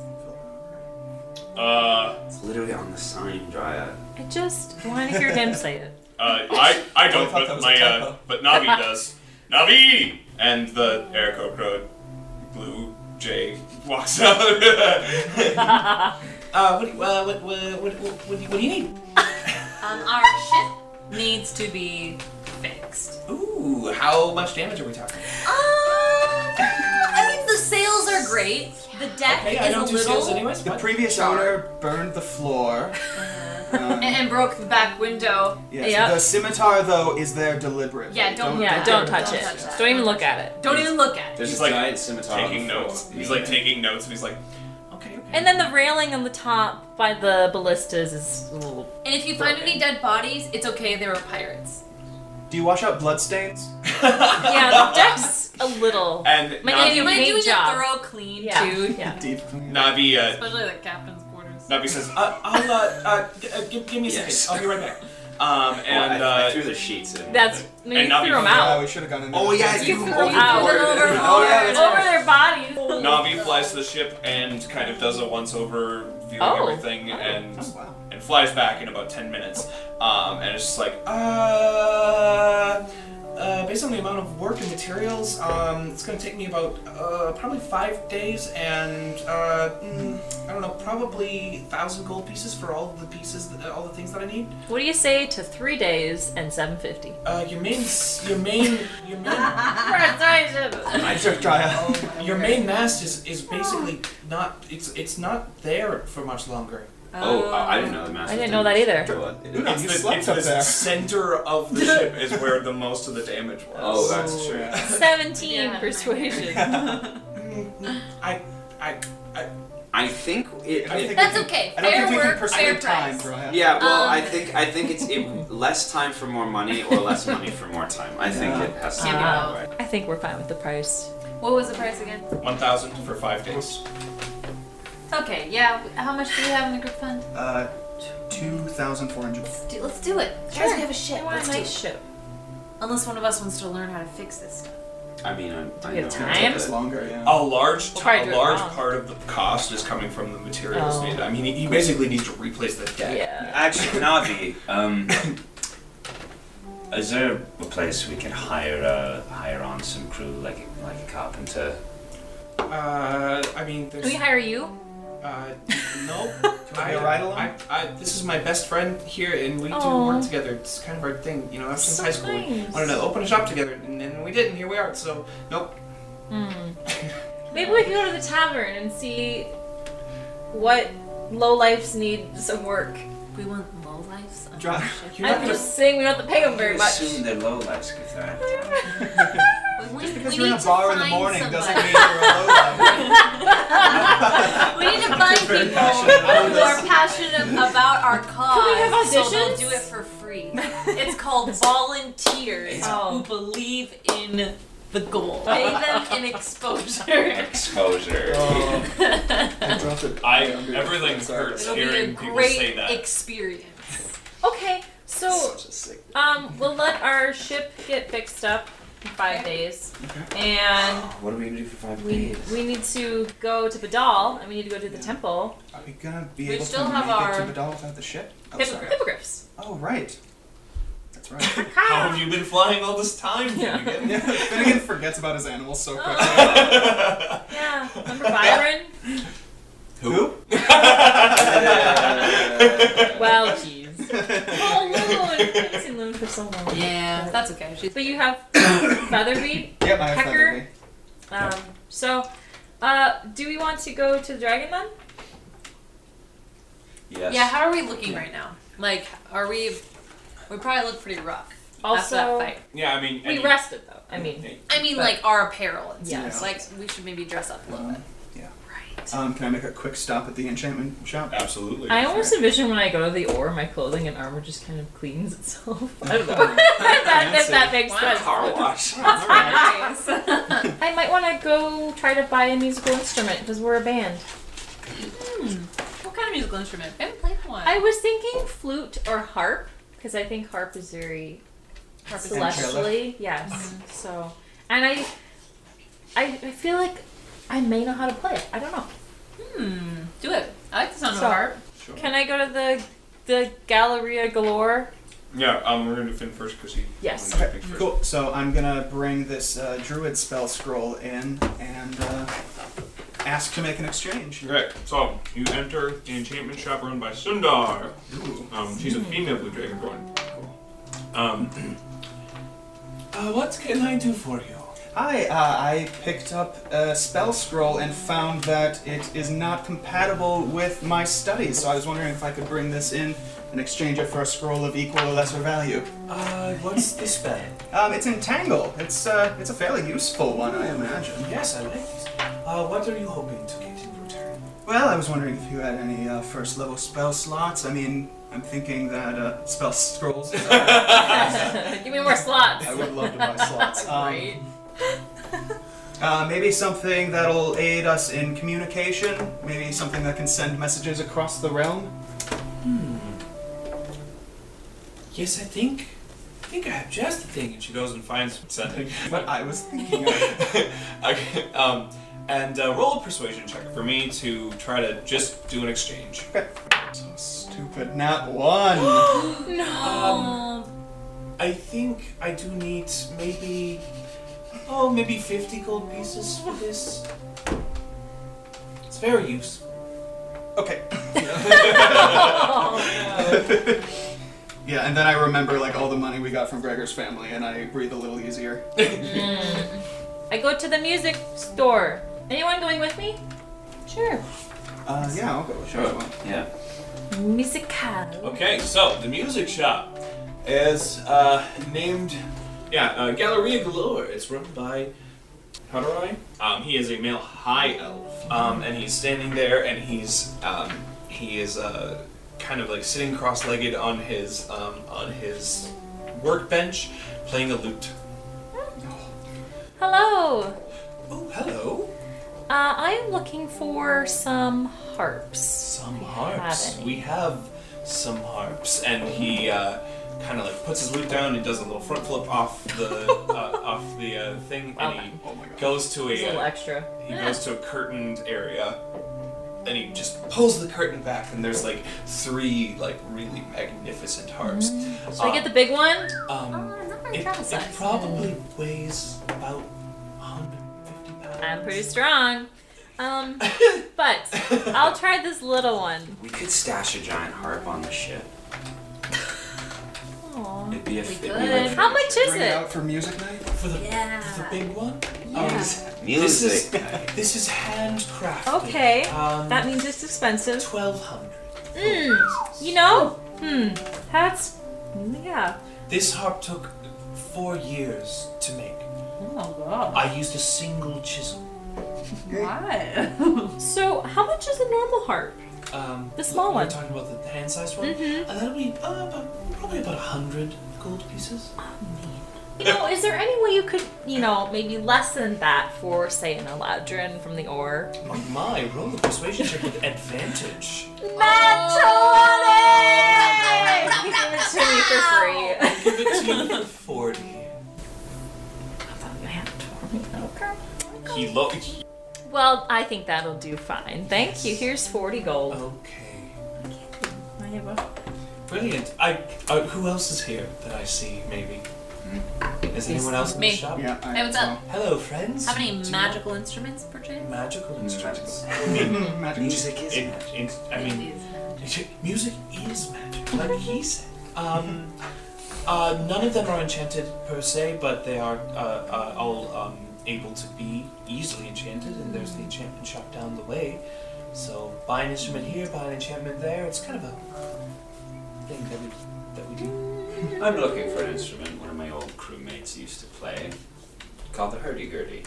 Uh,
it's literally on the sign, Dryad.
I just want to hear him say it.
Uh, I, I don't,
thought that
but
was
my
a
uh,
typo.
but Navi does. Navi and the Aarakocra blue Jay walks out.
uh, what, do you- uh, what, what, what, what, what, do you- what do you need?
Um, our ship needs to be fixed. Uh,
Ooh, how much damage are we talking?
I mean, the sails are great. The deck
Okay, I
is a
don't do
little.
sails anyways.
The previous owner burned the floor.
and, and broke the back window.
Yes. The scimitar, though, is there deliberate.
Yeah, don't-
yeah, don't touch it.
that.
Don't even look at it.
Don't even look at it.
There's
He's
a
like
giant scimitar. on
taking
the floor.
notes. He's like taking notes, and he's like,
And then the railing on the top by the ballistas is a little.
And if you find any dead bodies, it's okay. They were pirates.
Do you wash out bloodstains?
yeah, the deck's a little.
and
My
Navi,
name-
You might
paint
do a
job.
thorough clean
Yeah.
too.
Yeah.
Navi, uh,
Especially the captain's quarters.
Navi says, uh, I'll, uh, uh, g- uh, give, give me a
Yes.
second. I'll be right back. Um, and
Well, I- I
uh,
threw the sheets in.
That's. I mean,
And
you
Navi-
threw them out.
Yeah,
we should have gone in.
Oh, yeah, you
threw
overboard.
them out.
Oh, yeah, that's
Over their bodies.
Navi flies to the ship and kind of does a once over viewing
Oh.
everything and and flies back in about 10 minutes. Um, and it's just like, uh,
Uh, based on the amount of work and materials, um, it's going to take me about uh, probably five days, and uh, mm, I don't know, probably thousand gold pieces for all the pieces, that, all the things that I need.
What do you say to three days and seven fifty?
Uh, your main, s- your main, your main,
I took dry
your main mast is, is basically not. It's it's not there for much longer.
Oh, I I didn't know the master.
I didn't know that either.
it's the, it's the center of the ship is where the most of the damage was.
Oh, that's true.
Seventeen persuasion.
I, I, I.
I think it.
I
it-
think
That's okay.
I don't
fair
think we
work,
can
fair
persuade time,
price.
Brian.
Yeah, well,
Um,
I think I think it's it, less time for more money or less money for more time. I think it has to be
Uh,
that way.
I think we're fine with the price.
What was the price again?
1,000 for five days.
Okay, yeah. How much do we have in the group fund?
Uh, 2,400.
Do, let's do it.
Sure.
Guys, we have a ship.
I want a
let's do
nice
it.
ship.
Unless one of us wants to learn how to fix this stuff.
I mean, I'm, I
we
know.
have
Take us longer, yeah.
A large,
We'll probably
a
do it
large
wrong.
part of the cost is coming from the materials
Oh.
needed. I mean, he, he basically needs to replace the deck.
Actually, Navi, um, Is there a place we can hire uh, hire on some crew, like a- like a carpenter?
Uh, I mean,
Can
there's.
we hire you?
Uh, no. I, ride along? I, I, this is my best friend here, and we do
Aw.
work together. It's kind of our thing, you know. Ever since
So
high school, we
nice.
wanted to open a shop together, and then we didn't. Here we are. So, nope.
Hmm. Maybe we can go to the tavern and see what low lifes need some work.
We want low lifes.
John, you're not
I'm
gonna-
just saying we don't have to pay them very
You
much.
Assume they're low lives, give that.
Just
because
we
you're in
need
a
to
bar in the
find
morning doesn't
somebody.
mean you're alone.
we need to find people who are passionate about our cause.
Can we have
so they'll
auditions?
do it for free. It's called volunteers who believe in the goal. Oh. Pay them in exposure.
Exposure.
I everything hurts
It'll be a
hearing people say
great
that.
experience.
Okay, so um, we'll let our ship get fixed up in five days, and
What are we gonna do for five
we
days?
we need to go to Badal, and we need to go to the temple.
Are we gonna be
We
able
still
to
have
make
our
it to Badal without the ship? Oh,
Hipp-
sorry.
hippogriffs.
Oh, right. That's right.
How have you been flying all this time, Finnegan?
yeah, Finnegan forgets about his animals so quickly.
Oh, Yeah, remember Byron?
Who?
well, jeez. Oh, Loon! I haven't seen Loon for so long.
Yeah, that's okay. She's
But you have Featherweed,
Yep, I have
Pecker.
Featherweed.
Um, so, uh, do we want to go to the Dragon then?
Yes.
Yeah, how are we looking right now? Like, are we? We probably look pretty rough. after
Also-
that fight.
Yeah, I mean,
We
any-
rested though. I mean,
I mean,
But-
like our apparel and stuff.
Yes.
Like, we should maybe dress up a
Oh.
little bit.
Um, can I make a quick stop at the enchantment shop?
Absolutely.
I almost envision when I go to the ore, my clothing and armor just kind of cleans itself. I don't know. if, that, if that makes sense.
Car wash.
I might want to go try to buy a musical instrument because we're a band.
What kind of musical instrument? I haven't played one.
I was thinking flute or harp because I think harp is very
Harp is
celestially. Yes. So, and I, I, I feel like I may know how to play it. I don't know.
Hmm. Do it. I like the sound
So-
of a harp.
Can I go to the the Galleria Galore?
Yeah, um, we're gonna do Finn first because he.
Yes.
wanted to pick first.
Cool. So I'm gonna bring this uh, druid spell scroll in and uh, ask to make an exchange.
Okay, so you enter the enchantment shop run by Sundar. Um, she's a female blue dragonborn. Um, uh, what can I do for you?
Hi. Uh, I picked up a spell scroll and found that it is not compatible with my studies. So I was wondering if I could bring this in and exchange it for a scroll of equal or lesser value.
Uh, what's the spell?
Um, it's entangle. It's uh, it's a fairly useful one, I imagine.
Yes, I like this. Uh, what are you hoping to get in return?
Well, I was wondering if you had any uh, first level spell slots. I mean, I'm thinking that uh, spell scrolls. is our-
Give me more slots.
I would love to buy slots. Um, uh, maybe something that'll aid us in communication. Maybe something that can send messages across the realm.
Yes, I think. I think I have just the thing.
And she goes and finds something.
What I was thinking of.
okay, um, and uh, roll a persuasion check for me to try to just do an exchange.
Stupid, not one.
Um, I think I do need maybe, oh, maybe 50 gold pieces for this. It's very useful.
okay. Yeah, and then I remember like all the money we got from Gregor's family, and I breathe a little easier.
I go to the music store. Anyone going with me? Sure.
Uh, yeah, I'll go with sure.
Yeah.
Musical.
Okay, so the music shop is uh, named, yeah, uh, Galleria Galore. It's run by Hadorai. Um, he is a male high elf, um, and he's standing there, and he's um, he is uh, kind of like sitting cross-legged on his um, on his workbench, playing a lute.
Hello.
Oh, hello.
Uh, I am looking for some harps.
Some harps. we have some harps, and he uh, kind of like puts his lute down and does a little front flip off the uh, off the uh,
Oh
thing, and he goes to
There's a
a,
little
uh,
extra.
he goes to a curtained area, and he just pulls the curtain back, and there's like three like really magnificent harps.
Should I
Um,
Mm. get the uh, big one?
Um, it, it probably weighs about.
I'm pretty strong. Um, but I'll try this little one.
We could stash a giant harp on the ship.
Aw.
It'd be a. it'd be
could.
like-
How much is
Bring it
it?
out for music night? For the,
Yeah.
the big one?
Um,
Yeah.
This is this is handcrafted.
Okay.
Um,
that means it's expensive.
Twelve hundred.
Mm. You know?
Oh.
Hmm. That's yeah.
This harp took four years to make.
Oh my god.
I used a single chisel.
What? so how much is a normal harp?
Um,
The small
we're
one.
talking about the, the hand-sized one. Uh, that'll be uh, about, probably about a hundred gold pieces.
You know, is there any way you could, you know, maybe lessen that for, say, an Eladrin from the Or?
Oh my, roll a persuasion check with advantage.
Oh. Matt You give it to me for free.
Give it to you for forty. He looked.
Well, I think that'll do fine. Thank you. Here's 40 gold.
Okay.
I have a.
Brilliant. I. Uh, who else is here that I see? Maybe. Is anyone else in
Me.
the shop?
Yeah, I Hey, what's am. up?
Hello, friends.
How many
Do you-
magical instruments per chance?
Mm, Magical instruments. I mean, music is it, it- I mean, music is magic, like he said. Um, uh, none of them are enchanted per se, but they are uh, uh, all um, able to be easily enchanted, and there's the enchantment shop down the way. So buy an instrument here, buy an enchantment there. It's kind of a thing that we that we do.
I'm looking for an instrument one of my old crewmates used to play, called the hurdy-gurdy.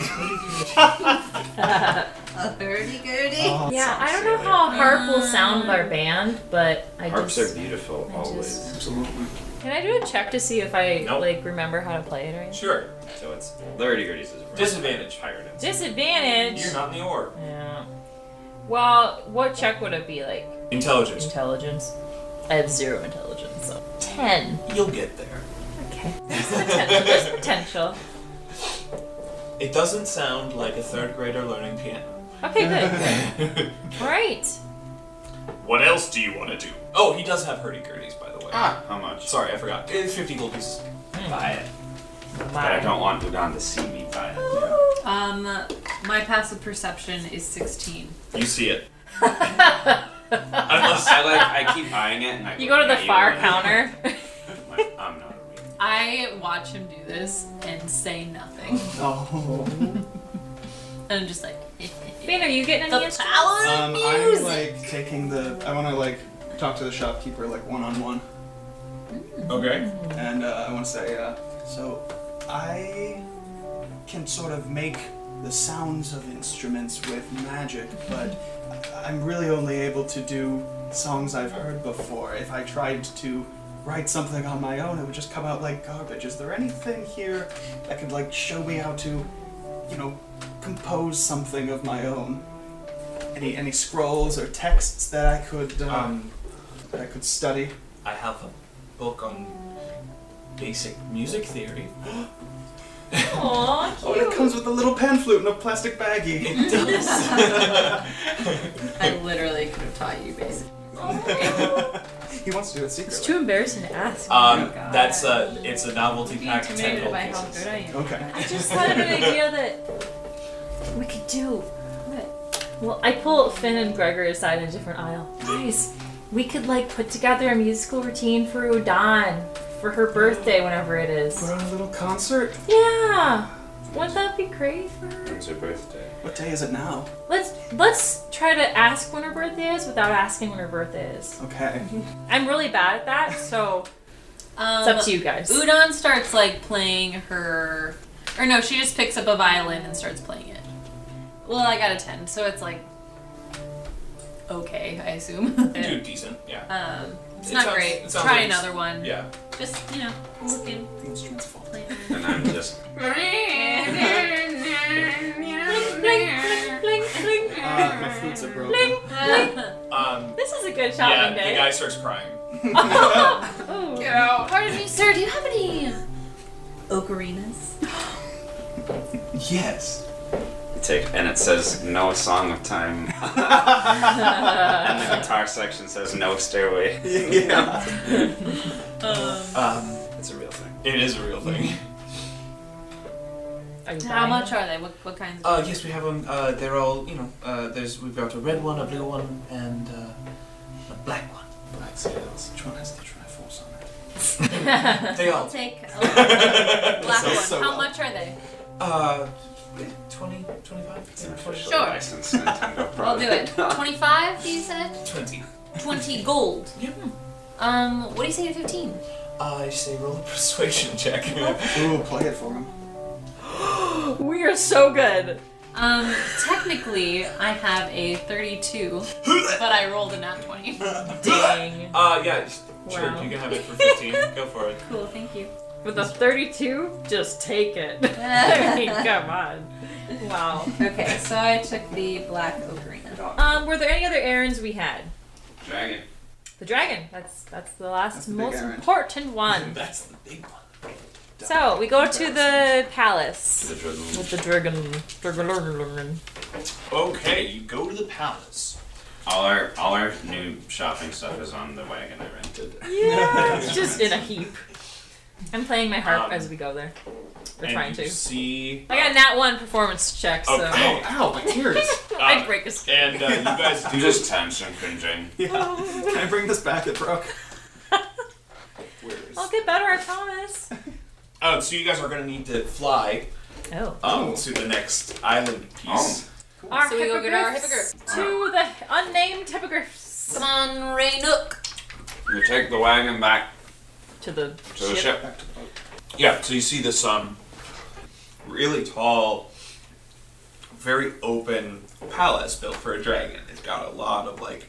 A hurdy-gurdy?
Oh,
yeah, I don't know how a harp will sound with our band, but I
Harps
just.
are beautiful, always.
Absolutely.
Can I do a check to see if I like remember how to play it or anything?
Sure.
So it's the hurdy-gurdy's is
Disadvantage.
higher than.
Disadvantage.
You're not in the orb.
Yeah. Well, what check would it be like?
Intelligence.
Intelligence. I have zero intelligence, so ten.
You'll get there.
Okay. There's potential. There's potential.
It doesn't sound like a third grader learning piano.
Okay, good. All right.
What else do you want to do? Oh, he does have hurdy gurdies, by the way.
Ah, how much?
Sorry, I forgot. It's 50 gold pieces.
Buy it. But I don't want Ludan to see me buy it.
Um, my passive perception is 16.
You see it.
I like. I keep eyeing it, and I.
You go to the
look at
far
you.
counter.
I'm like, I'm not.
I watch him do this and say nothing.
Oh.
And I'm just like,
Vayne, are you getting
The
any instruments?
Um, I'm like taking the. I want to like talk to the shopkeeper like one on one.
Okay.
And uh, I want to say, uh, so I can sort of make the sounds of instruments with magic, but I'm really only able to do songs I've heard before. If I tried to write something on my own, it would just come out like garbage. Is there anything here that could like show me how to, you know, compose something of my own? Any any scrolls or texts that I could um, that I could study?
I have a book on basic music theory.
Oh, and it comes with a little pan flute and a plastic baggie. It
I literally could have taught you basic.
Oh,
he wants to do it secretly.
It's too embarrassing to
Oh
ask.
Um, that's a. It's a novelty
Be
pack. Ten
intimidated
gold
by how
pieces.
good I am.
Okay.
I just had an idea that we could do. Well, I pull Finn and Gregory aside in a different aisle. Guys, we could like put together a musical routine for Udon for her birthday, whenever it is.
For a little concert.
Yeah, wouldn't that be great? For her?
It's her birthday.
What day is it now?
Let's let's try to ask when her birthday is without asking when her birthday is.
Okay.
I'm really bad at that, so It's
Um,
up to you guys.
Udon starts like playing her, or no, she just picks up a violin and starts playing it. Well, I got a ten, so it's like okay, I assume.
You do decent. Yeah.
um, it's
It
not
sounds-
great.
it sounds
Try
like it's-
another one.
Yeah.
Just you know, looking.
And I'm just.
Ah, my flutes are broken.
Um.
This is a good
Yeah.
shopping
The
day.
guy starts crying.
Oh.
Pardon me, sir. Do you have any ocarinas?
Yes.
You take, and it says no song of time. and the guitar section says no stairway.
Yeah.
um, it's a real thing.
It is a real thing.
How much are they? What, what kinds?
Uh, yes, we have them. Uh, they're all, you know, uh, there's we've got a red one, a blue one, and uh, a black one. Black scales. Which one has the triforce on it? they all.
I'll take a
That
black
sells
one.
so
How
well.
much are they?
Uh, 20, 25?
Sure. I'll do it. Twenty-five. You said
20.
twenty gold. Um, what do you say to fifteen?
I say roll a persuasion check.
Ooh, play it for him.
we are so good. Um, technically, I have a 32, but I rolled a nat 20.
Dang. Uh, yeah, s- sure,
Wow.
you can have it for 15. Go for it.
Cool, thank you.
With a 32, just take it. I mean, come on. Wow.
Okay, so I took the black ocarina.
Um, were there any other errands we had?
Dragon.
The dragon. That's that's the last
the big
most
errand.
important one.
That's the big one.
So we go to the palace
To the dragon.
with the dragon. dragon.
Okay, you go to the palace.
All our all our new shopping stuff is on the wagon I rented.
Yeah, it's just in a heap. I'm playing my harp
Um,
as we go there. We're
and
trying
you
to. uh,
See.
I got that one performance check, so.
Okay. Ow, my ears.
I'd break his.
And uh, you guys do
Just time some cringing.
Yeah. Can I bring this back? It broke.
I'll get better, I promise.
Oh, so you guys are gonna need to fly
Oh.
um, to the next island
Oh.
piece.
Our
So we go get our
hippogriffs To the unnamed hippogriffs.
Come on, Raynook.
You take the wagon back
To the
to the ship.
Yeah, so you see this um really tall, very open palace built for a dragon. It's got a lot of like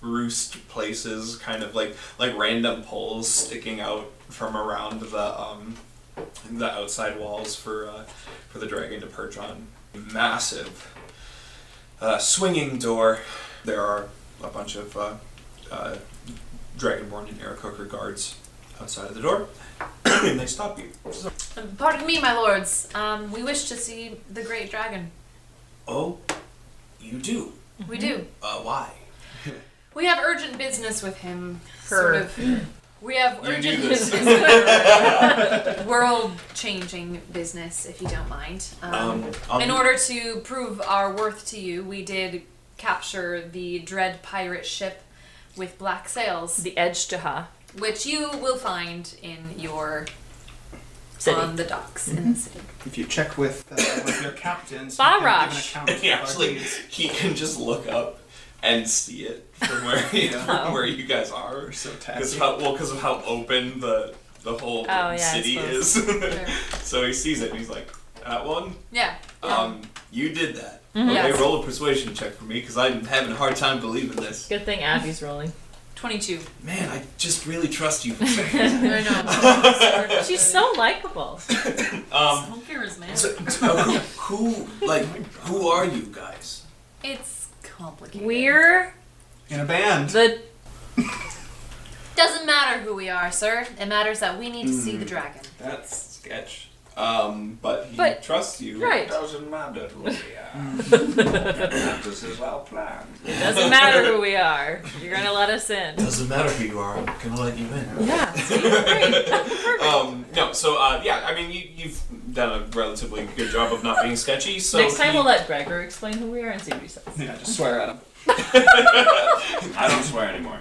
roost places, kind of like like random poles sticking out from around the um the outside walls for uh, for the dragon to perch on. Massive uh, swinging door. There are a bunch of uh, uh, dragonborn and Arakocra guards outside of the door, and they stop you.
Pardon me, my lords. Um, we wish to see the great dragon.
Oh, you do.
We
Mm-hmm.
do.
Uh, why?
We have urgent business with him. Sort
Her.
of. We have
You
urgent
do this.
business. World-changing business, if you don't mind. Um,
Um, I'll
in
be-
order to prove our worth to you, we did capture the dread pirate ship with black sails,
The edge to ha.
which you will find in your
City.
on the docks
Mm-hmm.
in the city.
If you check with, uh, with your captains,
Barash.
He actually, he can just look up and see it from where
Oh.
from where you guys are. We're so
tacky.
How, well, because of how open the the whole
Oh, yeah, I
city is.
suppose.
so he sees it and he's like, "That one,
Yeah.
um, you did that."
Mhm.
Okay,
Yes.
roll a persuasion check for me because I'm having a hard time believing this.
Good thing Abby's rolling.
22.
Man, I just really trust you. For saying
I
know.
She's so likable.
that. um,
man.
so, so who, who, like, who are you guys?
It's complicated.
We're
in a band.
the
Doesn't matter who we are, sir. It matters that we need to see the
Mm.
dragon.
That's sketch. Um, but he
But-
trusts you.
right.
Doesn't matter who we are. this is our plan.
It doesn't matter who we are. You're gonna let us in.
Doesn't matter who you are, I'm gonna let you in.
Yeah.
um, no, so uh, yeah, I mean, you, you've done a relatively good job of not being sketchy. So
Next time
he-
we'll let Gregor explain who we are and see what he says.
Yeah, just swear at him.
I don't swear anymore.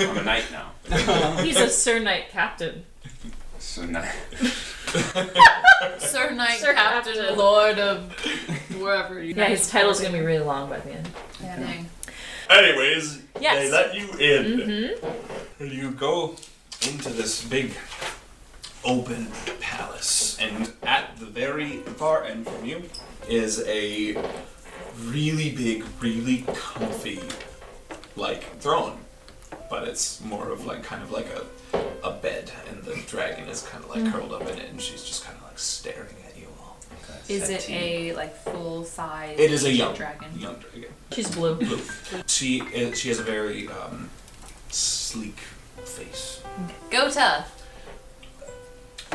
I'm a knight now.
He's a Sir Knight Captain.
So now
Sir Knight,
Sir
Captain,
Captain.
Lord of wherever you
Yeah, his title's gonna be really long by the end.
Yeah, dang.
Anyways, they
Yes.
let you in.
Mm-hmm.
And You go into this big open palace, and at the very far end from you is a really big, really comfy, like throne. But it's more of like kind of like a, a bed, and the dragon is kind of like
Mm.
curled up in it, and she's just kind of like staring at you all.
Is it a like full size?
It is a young
dragon.
Young dragon.
She's blue.
Blue. She is, she has a very um, sleek face.
Gota.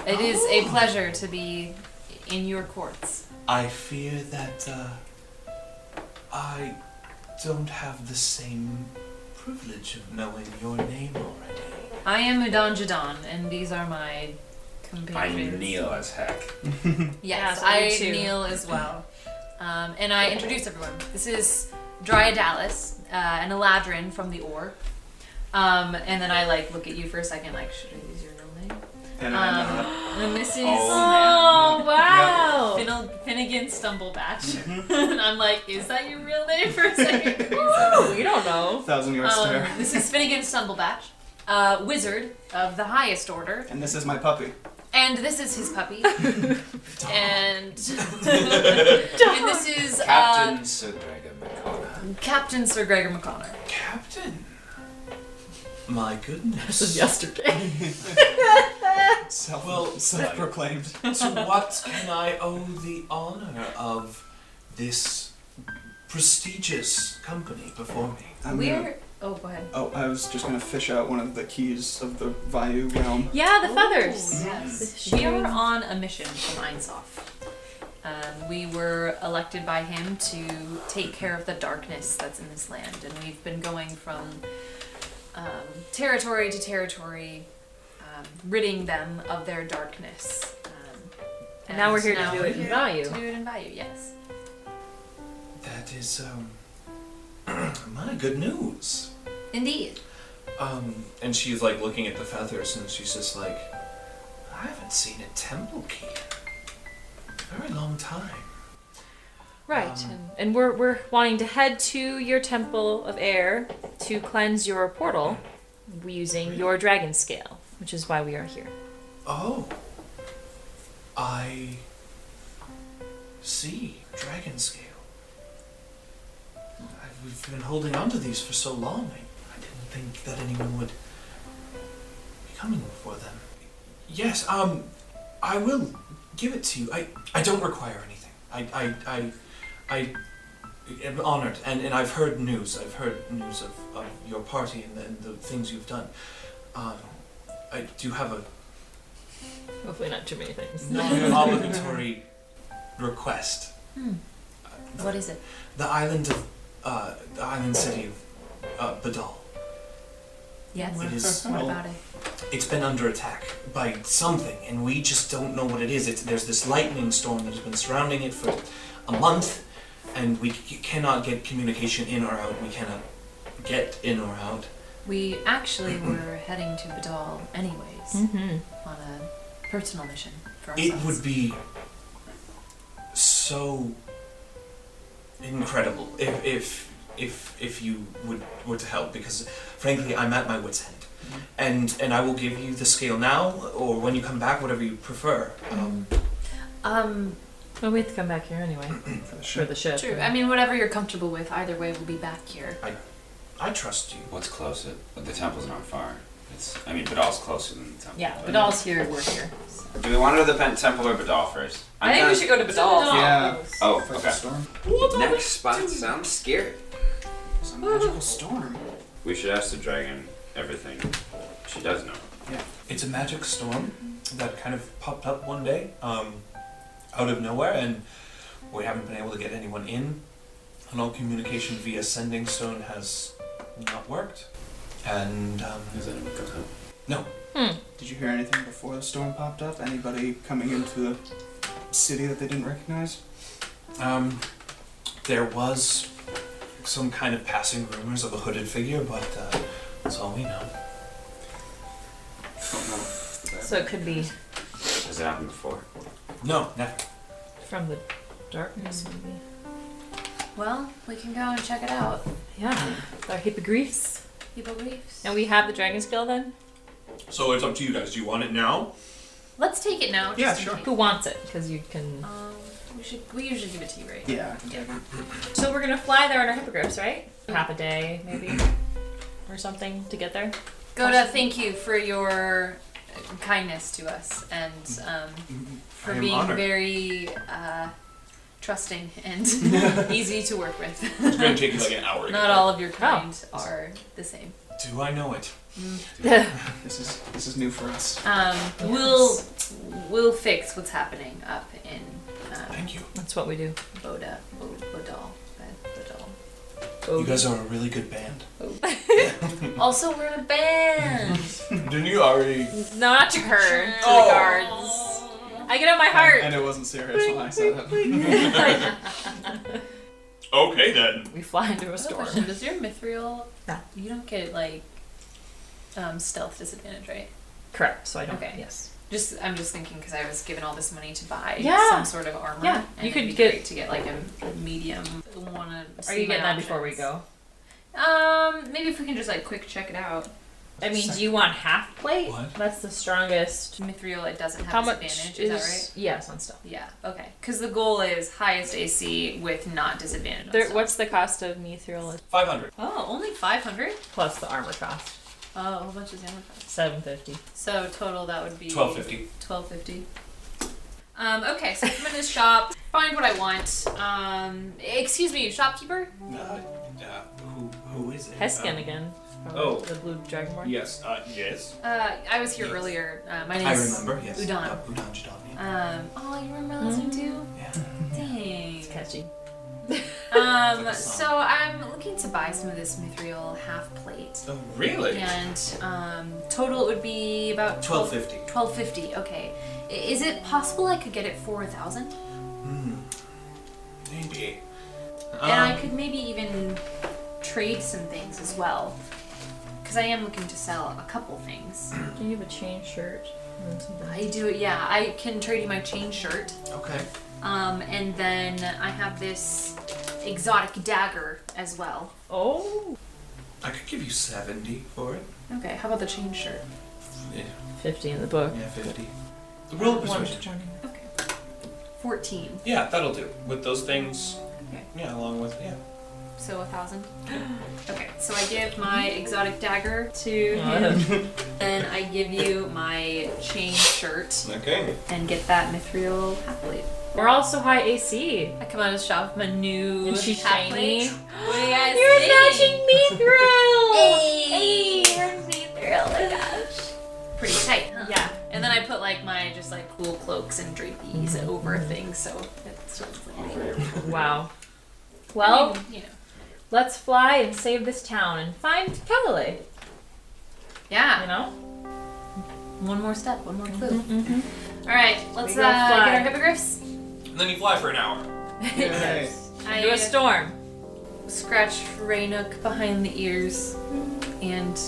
It is a pleasure to be in your courts.
I fear that uh, I don't have the same privilege of knowing your name already.
I am Udon Jadon, and these are my companions.
as heck.
Yes,
Yeah,
I
me too.
kneel as well. Um, and I introduce everyone. This is Dryadalis, uh, an Eladrin from the Or. Um, and then I like look at you for a second, like, should I use your real name?
And I'm
uh,
Um,
not.
and this is
Oh,
Oh,
man.
wow, Finnel- Finnegan Stumblebatch, and I'm like, is that your real name for a second? we don't know.
Thousand yard
Um,
stare.
this is Finnegan Stumblebatch, uh, wizard of the highest order,
And this is my puppy.
and this is his puppy, and and this is uh,
Captain Sir Gregor McConnell.
Captain Sir Gregor McConnor.
Captain. My goodness. This
is
yesterday.
Self,
well,
self-proclaimed.
to what can I owe the honor of this prestigious company before me?
I'm
We're oh, go ahead.
Oh, I was just gonna fish out one of the keys of the Vayu realm.
Yeah, Ah, the feathers.
Oh,
Oh.
yes.
We are on a mission from Einsoff. Um, we were elected by him to take care of the darkness that's in this land, and we've been going from um, territory to territory, um, ridding them of their darkness. Um,
And now we're here to do
we're
it in
here
Vayu.
To do it in value, yes.
That is, um, my good news.
Indeed.
Um, and she's like looking at the feathers and she's just like, I haven't seen a temple key in a very long time.
Right,
Um,
and, and we're, we're wanting to head to your temple of air to cleanse your portal using your dragon scale, which is why we are here.
Oh. I see. Dragon scale. I- We've been holding on to these for so long. I, I didn't think that anyone would be coming for them. Yes, um, I will give it to you. I, I don't require anything. I, I, I, I am honored, and, and I've heard news. I've heard news of, of your party and the, and the things you've done. Um, I do have a
Hopefully, not too many things.
non-obligatory request. What is
it?
The island of, uh, the island city of uh, Badal.
Yes.
It is.
What about it?
It's been under attack by something, and we just don't know what it is. It's, there's this lightning storm that has been surrounding it for a month, and we c- cannot get communication in or out. We cannot get in or out.
We actually were heading to Badal anyways
Mhm.
on a personal mission for
It
ourselves.
would be so incredible if if if if you would were to help because frankly I'm at my wits end and and I will give you the scale now or when you come back whatever you prefer um,
Um.
Well, we have to come back here anyway.
for the
For the ship.
True. I mean, whatever you're comfortable with. Either way, we'll be back here.
I, I trust you.
What's closer? The temple's not far. It's, I mean, Badal's closer than the temple.
Yeah, Badal's here, we're here.
Do we want to the pen- temple or Badal first?
I think we should go to Badal.
Yeah. Oh,
Fuck the
okay.
storm.
Next spot sounds scary.
Some magical storm.
We should ask the dragon everything. She does know.
Yeah. It's a magic storm that kind of popped up one day um, out of nowhere, and we haven't been able to get anyone in. And all communication via sending stone has not worked. And um,
Is anyone come home?
no,
Did you hear anything before the storm popped up? Anybody coming into the city that they didn't recognize?
um, there was some kind of passing rumors of a hooded figure, but uh, that's all we know.
So it could be
Has it happened before?
No, never.
from the darkness, maybe.
Well, we can go and check it out.
Yeah, with our hippogriffs.
Hippogriffs.
And we have the dragon scale then?
So it's up to you guys. Do you want it now?
Let's take it now.
Yeah,
just in
sure.
case.
Who wants it? Because you can.
Um, we should. We usually give it to you, right?
Yeah.
So we're gonna fly there on our hippogriffs, right? Half a day, maybe, or something to get there.
Goda, thank you for your kindness to us and um, for
I am
being
honored.
very uh, trusting and easy to work with.
It's gonna take you like an hour to
Not
get
all of your kind are the same.
Do I know it?
This is this is new for us.
Um, We'll we'll fix what's happening up in um,
Thank you.
That's what we do.
Boda, Bo- Bodal, Bad- Bodal.
You guys are a really good band.
also, we're in a band.
Didn't you already?
No, not to her. To
Oh.
the guards. I get out my heart.
And it wasn't serious when I said it.
Okay
Um,
then.
We fly into a storm.
Question, Does your mithril? You don't get like um, stealth disadvantage, right?
Correct. So I don't.
Okay.
Yes.
Just I'm just thinking because I was given all this money to buy
Yeah.
some sort of armor.
Yeah.
and
You could
it'd be
get-
great to get like a medium. Wanna
Are you getting that before we go?
Um, maybe if we can just like quick check it out.
I mean, do you want half plate? That's the strongest.
Mithril, it doesn't have
How much
disadvantage.
is-
Is, that right?
yeah, it's on stealth.
Yeah. Okay. Because the goal is highest AC with not disadvantage. on
There, what's the cost of mithril?
Five hundred.
Oh, only 500?
Plus the armor cost.
Oh, how much is the armor cost?
Seven fifty.
So total that would be
1250.
1250. Um, okay, so I'm in this shop, find what I want. Um, excuse me, shopkeeper?
Uh, uh, who, who is it?
Heskin
Um,
Uh,
again.
Oh.
The blue dragonborn.
Yes. Uh, yes.
Uh, I was here earlier. Uh, my name
I
is
remember, yes.
Udana.
Uh, Udana Jadani.
Um, oh, you remember my last name too?
Yeah.
Dang. It's
catchy.
um, so I'm looking to buy some of this mithril half plate.
Oh, really?
And um, total would be about
1250.
1250. Okay. I- Is it possible I could get it for a thousand?
Hmm. Maybe.
and I
Um,
could maybe even trade some things as well, because I am looking to sell a couple things.
Do you have a chain shirt? and something?
I do, yeah. I can trade you my chain shirt.
Okay.
Um, and then I have this exotic dagger as well.
Oh.
I could give you seventy for it.
Okay. How about the chain shirt?
Yeah.
Fifty in the book.
Yeah, fifty. The roll of persuasion. check.
Fourteen.
Yeah, that'll do. With those things.
Okay.
Yeah, along with yeah.
So a thousand. Okay. So I give my exotic dagger to
Uh.
him, and I give you my chain shirt.
Okay.
And get that mithril halfplate.
We're also high AC.
I come out of the shop with my new
And she's
halfplate.
shiny.
What do you guys
You're
think?
matching mithril.
Hey, you're mithril. Oh my gosh. Pretty tight, huh? Yeah. And then I put like my just like cool cloaks and draperies over
Mm-hmm.
things, so it's sort of like
Wow. Well,
you know.
let's fly and save this town and find Kelly.
Yeah.
You know.
One more step, one more clue. All right, let's
go
uh, get
fly.
our hippogriffs.
And then you fly for an hour.
yes. I
Into a storm.
Scratch Raynook behind the ears and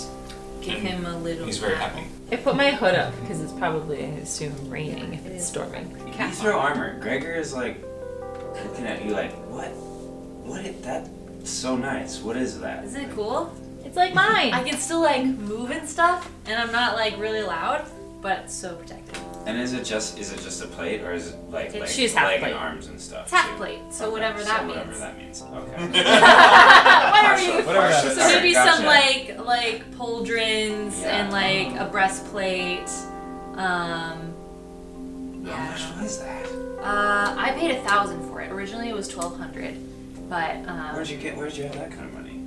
give him a little.
He's very happy.
I put my hood up because it's probably, I assume, raining if it's storming.
You throw armor. Gregor is like looking at you like, what? What is that? So nice. What is that?
Is it cool?
It's like mine.
I can still like move and stuff, and I'm not like really loud, but it's so protective.
And is it just is it just a plate or is it like
It's-
like
she's half
leg and
plate.
arms and stuff?
It's half plate, so whatever
so
that
whatever
means.
that means. Okay.
whatever you.
Partial- whatever that is.
so
Alright,
maybe
gotcha.
some like like pauldrons and like a breastplate. Um,
How much was that?
uh, I paid a thousand for it. Originally it was twelve hundred, but um,
Where'd you get? Where'd you have that kind of money?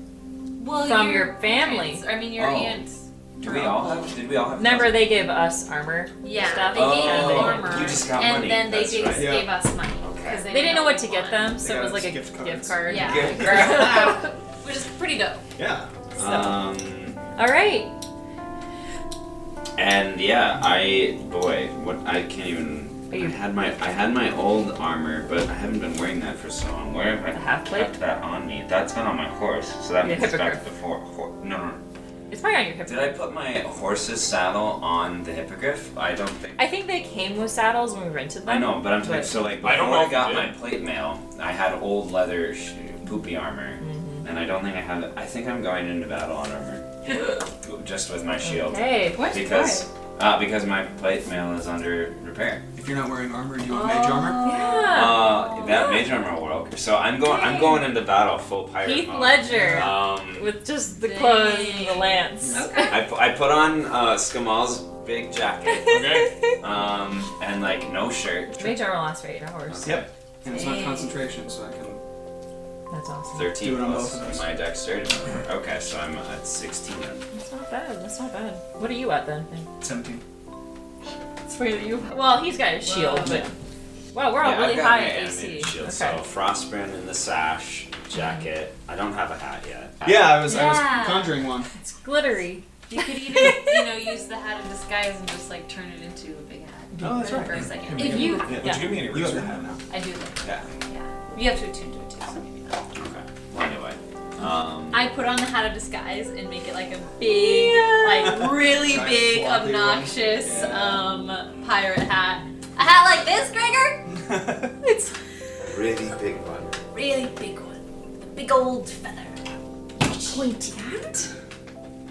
well,
From your family.
parents- I mean, your
Oh.
aunts.
Did we all have? Did we all have?
Remember, they gave us armor.
Yeah,
stuff.
they gave
Oh,
you armor,
you just got
and
money,
then they
that's
gave,
right. Yeah.
gave us money because
They didn't know what to get them, so it was like a
gift
gift card.
Yeah.
Gift
which is pretty dope.
Yeah.
Um.
All right.
And yeah, I boy, what I can't even. I had my I had my old armor, but I haven't been wearing that for so long. Where have I
half-plate?
kept that on me? That's not on my horse, so that
Your
means it's back
hippogriff.
to the for, hor no, no, no.
It's probably on your hip.
Did I put my horse's saddle on the hippogriff? I don't think.
I think they came with saddles when we rented them.
I know, but I'm saying so like before
I
I,
don't know if
got
you
my
did.
plate mail, I had old leather sh- poopy armor, and I don't think I have it. I think I'm going into battle on armor, just with my shield.
Okay, what?
Because uh, because my plate mail is under repair.
If you're not wearing armor, do you want mage
Oh,
armor?
Uh, that mage armor will work. So I'm going. I'm going into battle full pirate
Heath
mode.
Ledger
Um,
with just the clothes and the lance.
I, pu- I put on uh, Skamal's big jacket. Okay. Um, and like no shirt.
Mage armor lasts for eight hours.
Yep. And it's not
Dang.
concentration, so I can.
That's awesome.
Thirteen
Do it on
plus
both of us.
my dexterity. Okay, so I'm at sixteen. Then.
That's not bad. That's not bad. What are you at then?
Seventeen.
It's for you. Well, he's got a shield, but Wow, we're all
Um, Yeah,
really
I've got
high
my
at
animated
AC.
Shield,
Okay.
So frostbrand in the sash, jacket. I don't have a hat yet.
Yeah, I was I
Yeah.
was conjuring one.
It's glittery.
You could even, you know, use the hat in disguise and just like turn it into a big hat.
Oh, that's right.
For a second.
If you- Yeah, would you give me any
You
reason?
have the hat. I do. Like, yeah. Yeah. You have to attune to it too. So maybe not.
Okay. Well, anyway. Um,
I put on the hat of disguise and make it like a big, like really
Nice
big,
floppy one.
obnoxious um, pirate hat. A hat like this, Gregor? it's
really big one.
a really big one. With a big old feather.
Pointy hat?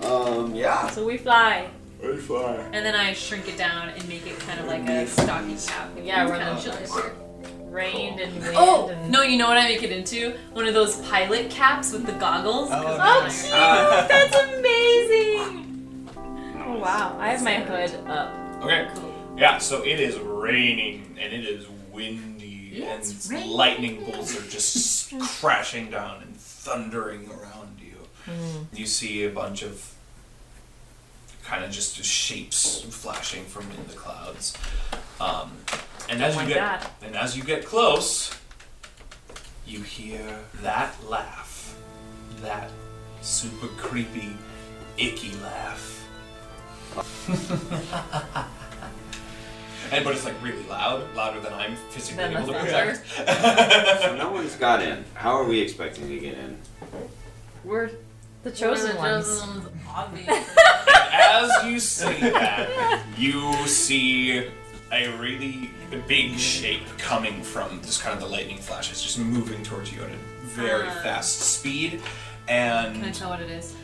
Um, yeah.
So we fly.
Very far.
And then I shrink it down and make it kind of like a stocking cap.
Yeah,
It's
we're
kind
like-
of chilly.
Rained and wind.
Oh
and-
no! You know what I make it into? One of those pilot caps with the goggles.
Oh,
Cause-
nice.
Oh, that's amazing!
Oh, wow. I have my hood up.
Okay. Yeah, so it is raining and it is windy and
raining.
lightning bolts are just crashing down and thundering around you.
Mm.
You see a bunch of kind of just shapes flashing from in the clouds. Um, and as you
Like
get
that.
and as you get close, you hear that laugh. That super creepy, icky laugh. and but it's like really loud, louder than I'm physically
Than the
able to
thunder.
project.
so no one's got in. How are we expecting to get in?
We're the chosen
We're the
ones.
chosen ones, obviously.
As you see that, you see a really big shape coming from just kind of the lightning flashes, just moving towards you at a very
Uh.
fast speed. And
Can I tell what it is?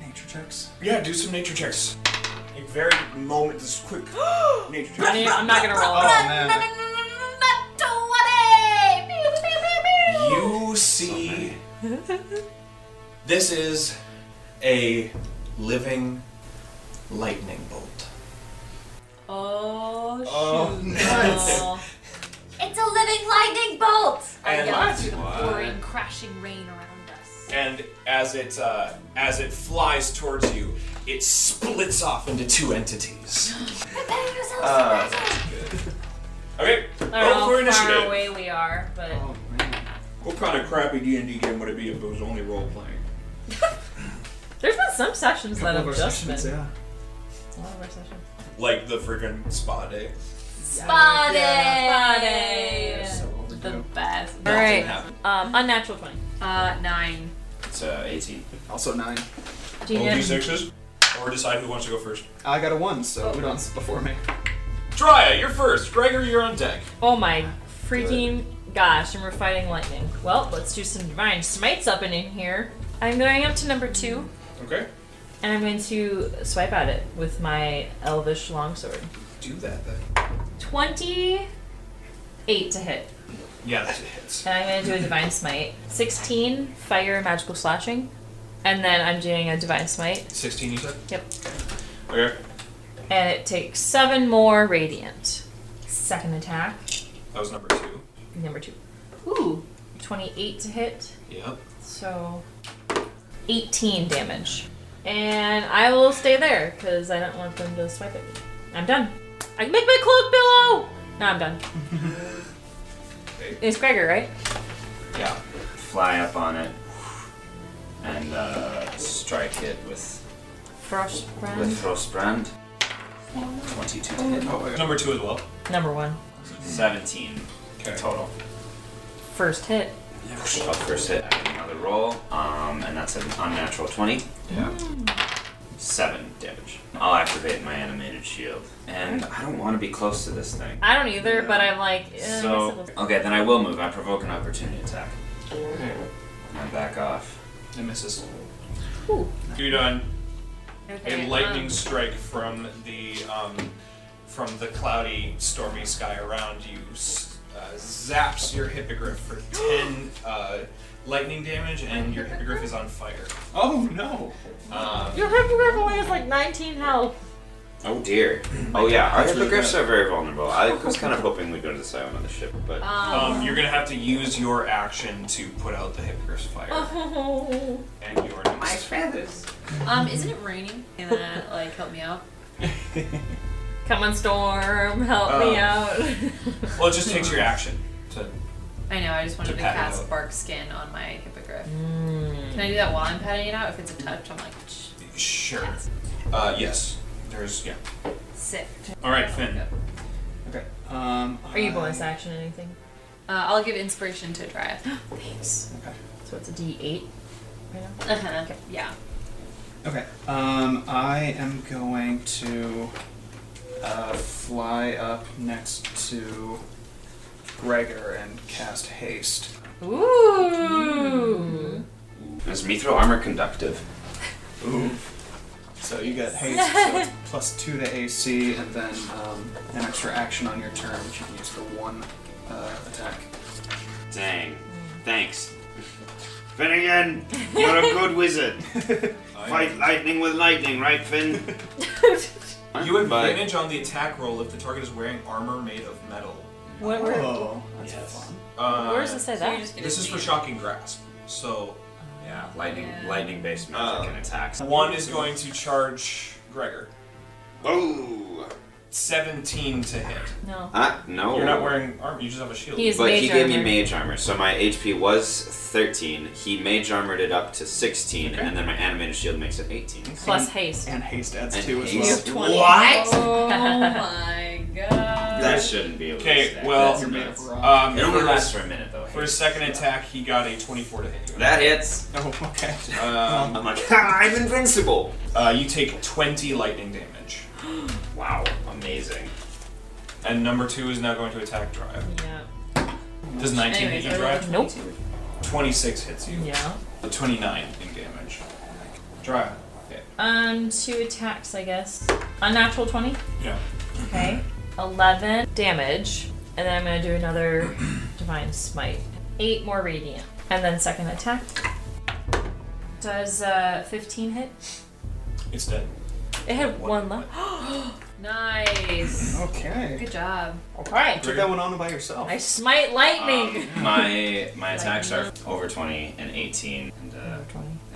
nature checks. Yeah, do some nature checks. A very moment, this quick nature check.
I'm not gonna roll.
Oh man.
Twenty! Pew, pew, pew, pew.
You see, this is a living lightning bolt.
Oh shoot!
Oh,
no. it's a living lightning bolt.
And
I yell
what?
through the
What?
pouring, crashing rain around us.
And as it uh, as it flies towards you, it splits off into two entities.
Prepare yourselves
Uh, okay,
I don't
roll for
know how far
initiative. Oh.
away we are, but
What kind of crappy D and D game would it be if it was only role playing?
there's been some sessions that
Couple of
have
our
just
sessions,
been.
yeah.
A lot of our sessions.
Like the freaking spa day.
Spotted.
Yeah,
Spotted. The best.
All right. Um, unnatural twenty.
Uh, nine.
It's uh, 18.
Also nine.
Do you Roll get-
d6s, or decide who wants to go first.
I got a one, so who don't before me?
Drya, you're first. Gregor, you're on deck.
Oh my freaking gosh! And we're fighting lightning. Well, let's do some divine smites up and in here. I'm going up to number two,
Okay.
and I'm going to swipe at it with my elvish longsword.
Do that then.
Twenty-eight to hit.
Yeah, that hits.
And I'm going to do a Divine Smite. 16, Fire and Magical Slashing. And then I'm doing a Divine Smite.
16, you said?
Yep.
Okay.
And it takes 7 more Radiant. Second attack,
That was number two.
number 2. Ooh, 28 to hit.
Yep.
So, 18 damage. And I will stay there, because I don't want them to swipe at me. I'm done. I can make my cloak billow! No, I'm done. It's Gregor, right?
Yeah.
Fly up on it and uh, strike it with with
Frostbrand.
frostbrand. 22 to hit.
Number two as well.
Number 1.
17 total.
First hit.
Up first hit, add another roll, um, and that's an unnatural 20. Yeah. Seven damage. I'll activate my animated shield, and I don't want to be close to this thing.
I don't either, but I'm like, eh, I guess
So
it was-
okay, then I will move. I provoke an opportunity attack.
Mm-hmm.
And back off.
It misses. You're done.
Okay,
A lightning
um,
strike from the um, from the cloudy, stormy sky around you s- uh, zaps your hippogriff for ten uh, lightning damage, and your hippogriff is on fire.
Oh no!
Um,
Your hippogriff only has like 19 health.
Oh dear. Oh yeah, our
That's really
hippogriffs
bad.
are very vulnerable. I was kind of hoping we'd go to the side one of the ship, but
um, you're gonna have to use your action to put out the hippogriff's fire.
Oh.
And you are next.
My feathers. Um, isn't it raining? Can that like help me out?
Come on, storm, help me
Um,
out.
Well, it just takes your action to.
I know. I just wanted
To
to,
pat it Mm.
cast
out.
bark skin on my hippogriff. Can I do that while I'm patting it out? If it's a touch, I'm like "Shh,
Sure. Uh, yes. There's yeah.
sick.
All right, Finn.
Okay. Um,
Are you bonus action anything?
Uh, I'll give inspiration to Dryad.
Thanks.
Okay.
So it's a D8 right now?
Uh-huh. Yeah.
Okay. Um, I am going to uh, fly up next to Gregor and cast haste.
Ooh.
Is Mithril armor conductive?
Ooh. So you got haste, so it's plus two to AC, and then um, an extra action on your turn, which you can use for one uh, attack.
Dang.
Mm.
Thanks. Finnegan, you're a good wizard.
Uh,
Fight lightning with lightning, right, Finn?
You have
But-
advantage on the attack roll if the target is wearing armor made of metal.
What- where- Oh,
that's fun. Uh,
Where does it say So that? you're just gonna
This is for shocking grasp. So.
Yeah, lightning, lightning-based magic and attacks.
One is going to charge Gregor.
Oh.
17 to hit.
No.
Uh, no.
You're not wearing armor. You just have a shield.
but he gave me mage armor, so my HP was 13. He mage armored it up to 16, and then my animated shield makes it 18.
Plus haste.
And haste adds
And
two
haste.
as well.
What?
Oh
my god.
That shouldn't be able to
Okay,
stack.
well,
That's
you're made
nuts.
of rock. um,
it only
for-
lasts for a minute, though.
For his second attack, he got a 24 to hit you.
That hits.
Oh, okay.
Um,
I'm like, "Ha, I'm invincible.
Uh, you take 20 lightning damage. wow, amazing. And number two is now going to attack drive.
Yeah.
Does 19
Anyways,
hit you,
I rolled
drive?
a Nope.
26 hits you.
Yeah.
Uh, 29 in damage. Drive. Okay.
Um, two attacks, I guess. Unnatural 20.
Yeah.
Okay. 11 damage. And then I'm going to do another Divine Smite. Eight more radiant. And then second attack. Does uh, 15 hit?
It's dead.
It had one left.
nice.
Okay.
Good job.
Alright.
Took that one on by yourself.
I smite lightning.
My my attacks are over 20 and 18 and uh,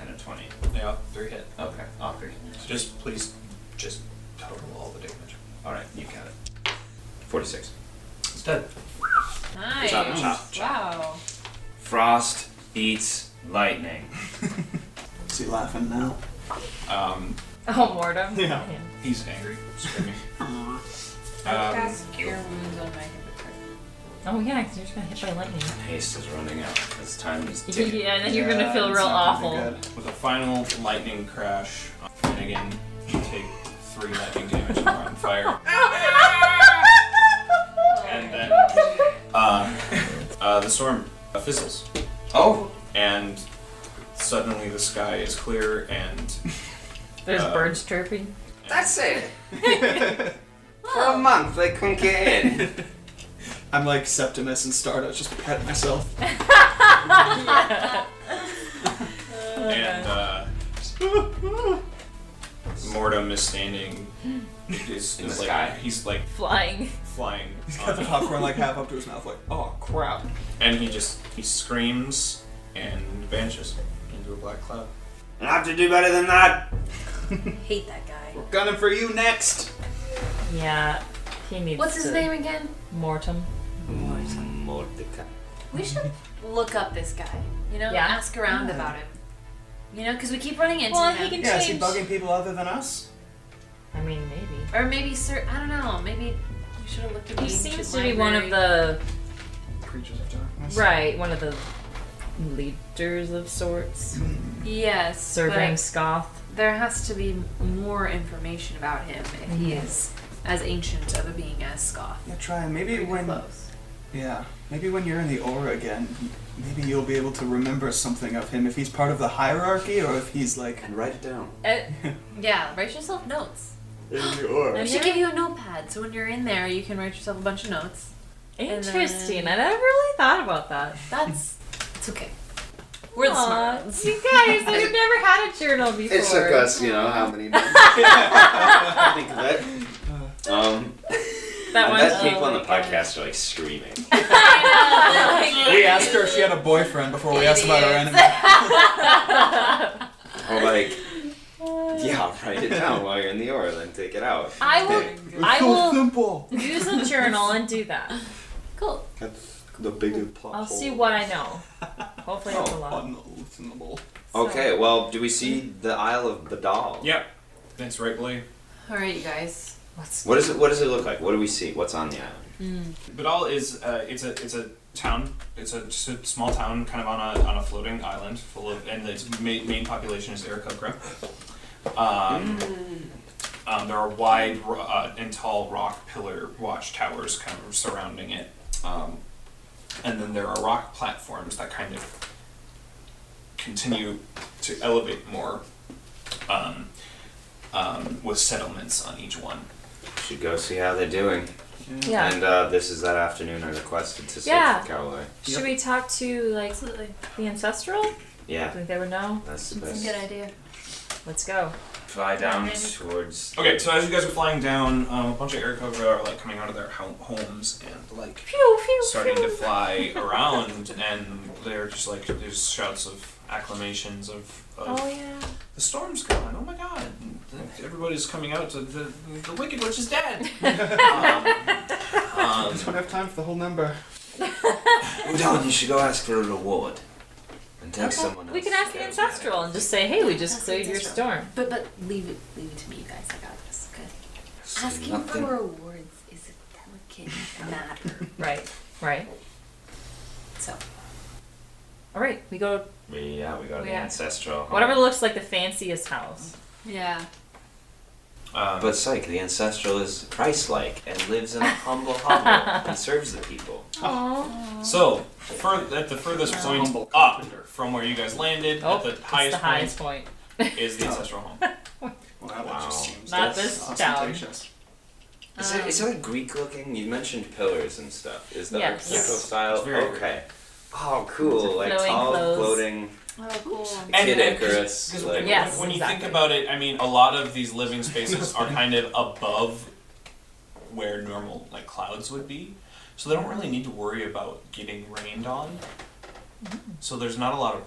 and a 20.
Yeah, three hit.
Okay, all three.
Just please, just total all the damage.
All right, you got it. 46.
It's dead.
Nice.
Chop, chop, chop.
Wow.
Frost beats lightning.
Is he laughing now?
Um,
Oh, Mortem.
Yeah.
he's angry, screaming. um,
I cast cure wounds on my hippogriff.
Oh, yeah, 'cause you're just going to hit by lightning.
Haste is running out. It's time to
ticking. Yeah, and then you're gonna Yeah, feel it's real not gonna be awful.
With a final lightning crash, and again, you take three lightning damage and are on fire. and then uh, uh, the storm fizzles.
Oh.
And suddenly the sky is clear and.
There's
uh,
birds chirping.
That's it. For a month, they couldn't get in.
I'm like Septimus and Stardust, just patting myself.
And uh, Mortem is standing. Is,
In
is
the
like,
sky.
He's like
Flying.
flying.
He's got the popcorn like half up to his mouth, like, oh crap.
And he just he screams and vanishes into a black cloud.
And I have to do better than that.
Hate that guy.
We're gunning for you next.
Yeah, he needs
What's his
to-
name again?
Mortem.
Mordecai.
We should look up this guy. You know,
Yeah.
ask around
Yeah.
about him. You know, because we keep running into
Well,
him.
he can
Yeah, is he
change.
bugging people other than us?
I mean, maybe.
Or maybe, sir, I don't know. Maybe you should have looked at.
He
the ancient
seems to be one of the
library.
Creatures of darkness.
right, one of the leaders of sorts,
Yes.
serving
but
Scoth.
There has to be more information about him if he
Mhm.
is as ancient of a being as Scoth.
Yeah, try and maybe when.
Close.
Yeah, maybe when you're in the aura again, maybe you'll be able to remember something of him if he's part of the hierarchy or if he's like.
And write it down.
yeah, write yourself notes.
In the
I
aura.
should give you a notepad so when you're in there, you can write yourself a bunch of notes. And then-
Interesting. I never really thought about that.
That's it's okay. We're the
Aw,
smart ones.
You guys, I've never had a journal before.
It took us, you know, how many months? think of it. Um,
That
I
one.
bet people on the podcast are like screaming.
We asked her if she had a boyfriend before we asked about her enemy.
Or like,
good.
Yeah, write it down while you're in the aura, then take it out.
I will.
Dang.
I will
simple.
use a journal and do that. Cool.
That's the big plot
I'll
hole.
see what I know. Hopefully, it's a lot.
Okay, well, do we see the Isle of Badal?
Yep. Thanks, right, Blade.
All right, you guys.
What's
What is it? What does it look like? What do we see? What's on the island?
Mm.
Badal is uh, it's a it's a town. It's a just a small town, kind of on a on a floating island full of, and its main, main population is Arakokra. Um, um, there are wide ro- uh, and tall rock pillar watchtowers kind of surrounding it, um, and then there are rock platforms that kind of continue to elevate more um, um, with settlements on each one.
Should go see how they're doing.
Yeah.
And uh, this is that afternoon I requested to see
Yeah.
the Callaway.
Should we talk to like the ancestral?
Yeah.
I think they would know.
That's the That's a best. good
idea. Let's go.
Fly down towards.
Okay, so as you guys are flying down, um, a bunch of Arakokra are like coming out of their ho- homes and like starting to fly around, and they're just like there's shouts of acclamations of, of
Oh yeah.
the storm's gone. Oh my god! Everybody's coming out to the the Wicked Witch is dead.
I just don't have time for the whole number.
Udon, you should go ask for a reward. And tell someone
We can ask the ancestral and just say, "Hey, we just cleared your storm."
But but leave it leave it to me, you guys. I got this. Good. Asking
nothing-
for rewards is a delicate matter.
Right. Right.
So.
All right, we go.
We, yeah, we go to
We
the
ask-
ancestral. home.
Whatever looks like the fanciest house.
Yeah.
Um,
but psych, the ancestral is Christ-like and lives in a humble hovel and serves the people.
So, fur- at the furthest point up from where you guys landed, at the highest,
Oh, the highest point
is the ancestral home.
Wow.
Not this town.
Is
Um.
it, is that Greek looking? You mentioned pillars and stuff. Is that
Yes.
architectural
Yes.
style?
It's very
okay. Oh, cool. Like
Flowing
tall,
clothes.
floating.
Oh, cool.
And-
Kid
and-
Icarus,
'cause
like-
when,
Yes,
when you
exactly.
think about it, I mean, a lot of these living spaces are kind of above where normal like clouds would be, so they don't really need to worry about getting rained on. So there's not a lot of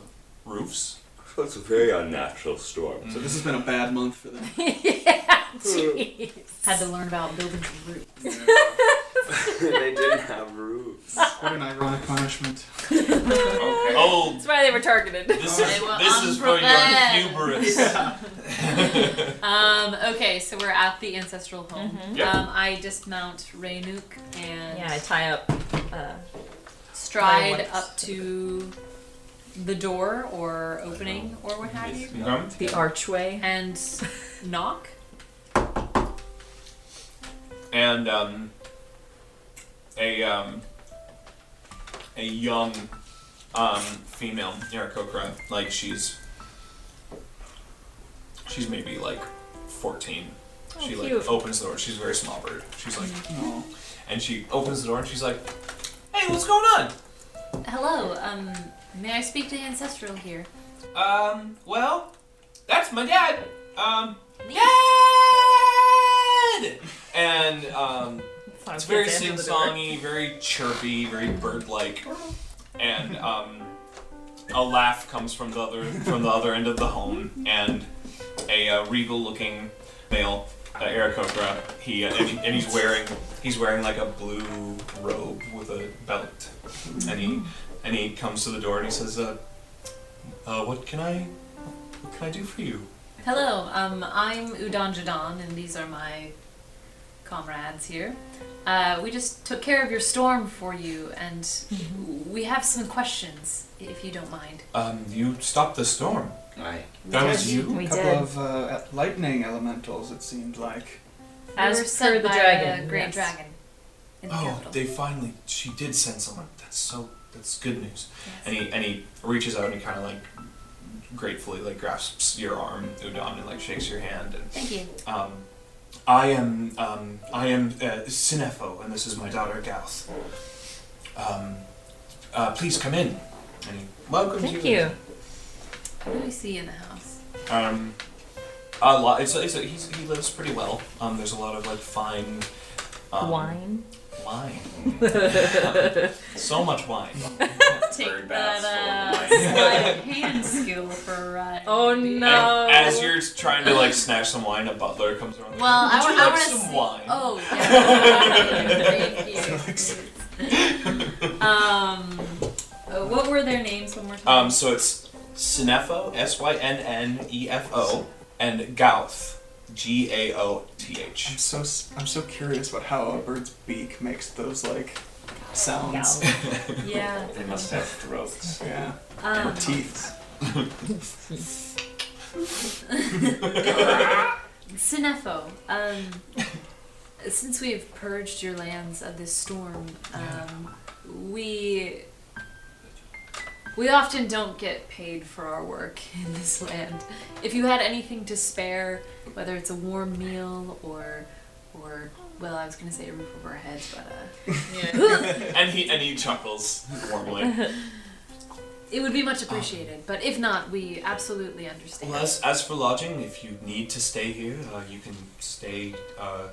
roofs.
That's a very unnatural storm.
So this has been a bad month for them.
Had to learn about building roots.
Mm.
they didn't have roofs.
What an ironic punishment.
Oh,
That's why they were targeted.
This is-
were
this is for your
unprepared.
hubris.
Um, okay, so we're at the ancestral home.
Mm-hmm.
Yep.
Um, I dismount Raynuk and
Yeah, I tie up. Uh, tie
stride
one-
up to the door or opening or what have you.
Mhm.
The archway.
And knock.
and um, a um, a young um, female Arakokra. Like she's she's maybe like fourteen.
Oh,
she
cute. Mm-hmm.
like opens the door. She's a very small bird. She's like, and she opens the door and she's like, "Hey, what's going on?"
Hello. Um, may I speak to ancestral here?
Um, well, that's my dad. Um, dad! And, um,
it's
very
kids
sing
answer the
songy, very chirpy, very bird like. And, um, a laugh comes from the other from the other end of the home, and a uh, regal-looking male, uh, Arakokra. He uh, and, he- and he's wearing he's wearing like a blue robe with a belt, and he and he comes to the door and he says, uh, uh, "What can I what can I do for you?"
Hello. Um, I'm Udon Jadon, and these are my comrades here. Uh, we just took care of your storm for you, and we have some questions, if you don't mind.
Um, you stopped the storm.
Aye.
That was you.
A couple of uh, lightning elementals, it seemed like.
As
per
sent
the
by
dragon,
a great
yes.
dragon. In the
Oh,
capital.
they finally. She did send someone. That's so. That's good news. And he and he reaches out and he kind of like gratefully like grasps your arm, Udon, and like shakes your hand. And,
Thank you.
Um, I am um, I am uh, Sinefo, and this is my daughter Gauth. Um, uh, please come in. And he welcomes
Thank
you.
you. What do we see in the house?
Um, a lot. It's, it's he's, he lives pretty well. Um, there's a lot of like fine um,
Wine?
Wine. so much wine.
Take
bird
that
bath
uh,
full of
sleight
wine.
of hand skill for uh, a ride.
Oh no!
As you're trying to like snatch some wine, a butler comes around.
Well, I want
Would you like
to
some
see.
wine?
Oh, yeah. Thank you.
Thank
Um, uh, what were their names one more time?
Um, so it's Synefo, S Y N N E F O, and Gouth, G A O T H.
I'm so s- I'm so curious about how a bird's beak makes those like sounds.
Yeah.
They must have throats.
Yeah.
Um.
Or teeth.
Sinefo, um, since we have purged your lands of this storm, um, we we often don't get paid for our work in this land. If you had anything to spare, whether it's a warm meal or or well, I was gonna say a roof over our heads, but uh,
and he and he chuckles warmly.
it would be much appreciated. But if not, we absolutely understand.
Well, as, as for lodging, if you need to stay here, uh, you can stay. Uh,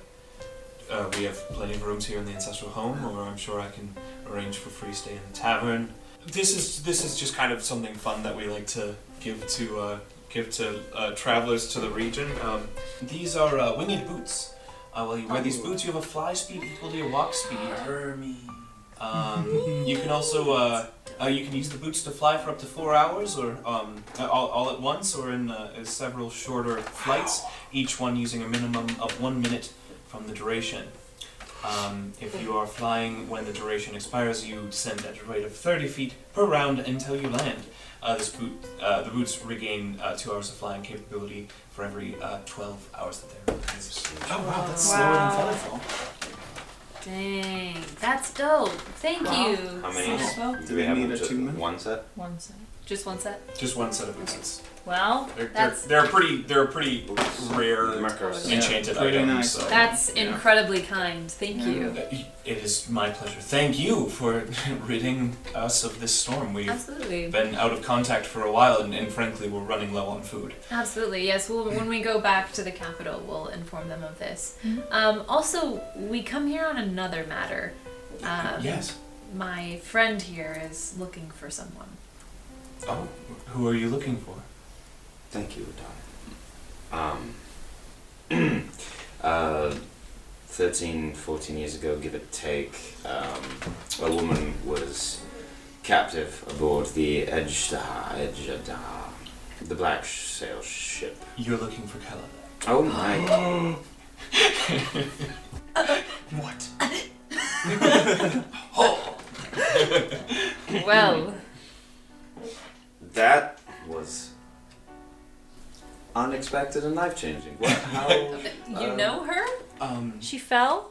uh, we have plenty of rooms here in the ancestral home, or I'm sure I can arrange for free stay in the tavern. This is this is just kind of something fun that we like to give to uh, give to uh, travelers to the region. Um, these are uh, winged boots. Uh, well, you wear these boots, you have a fly speed equal to your walk speed. Um, you can also uh, uh, you can use the boots to fly for up to four hours, or um, uh, all, all at once, or in uh, uh, several shorter flights. Each one using a minimum of one minute from the duration. Um, if you are flying when the duration expires, you descend at a rate of 30 feet per round until you land. Uh, this boot, uh, the boots regain uh, two hours of flying capability for every uh, 12 hours that they're in usage.
Oh wow, that's slower than Featherfall.
Dang, that's dope. Thank you.
How many
Sinefo.
do we have? Just one set?
One set. Just one set.
Just one set of boots.
Well,
They're, they're,
that's
they're pretty. They're pretty rare, enchanted
Yeah, pretty
items.
nice.
So.
that's
yeah.
incredibly kind. Thank you.
It is my pleasure. Thank you for ridding us of this storm. We've
Absolutely.
been out of contact for a while, and, and frankly, we're running low on food.
Absolutely, yes. Well, when we go back to the capital, we'll inform them of this.
Mm-hmm.
Um, also, we come here on another matter. Um,
Yes.
My friend here is looking for someone.
Oh, who are you looking for?
Thank you, Don. Um, uh, 13, 14 years ago, give or take, um, a woman was captive aboard the Edgedah, Edgedah, the black sail ship.
You're looking for Kella.
Oh my.
what?
Well,
That was unexpected and life changing. What? How?
uh,
You
um,
know her?
Um.
she fell.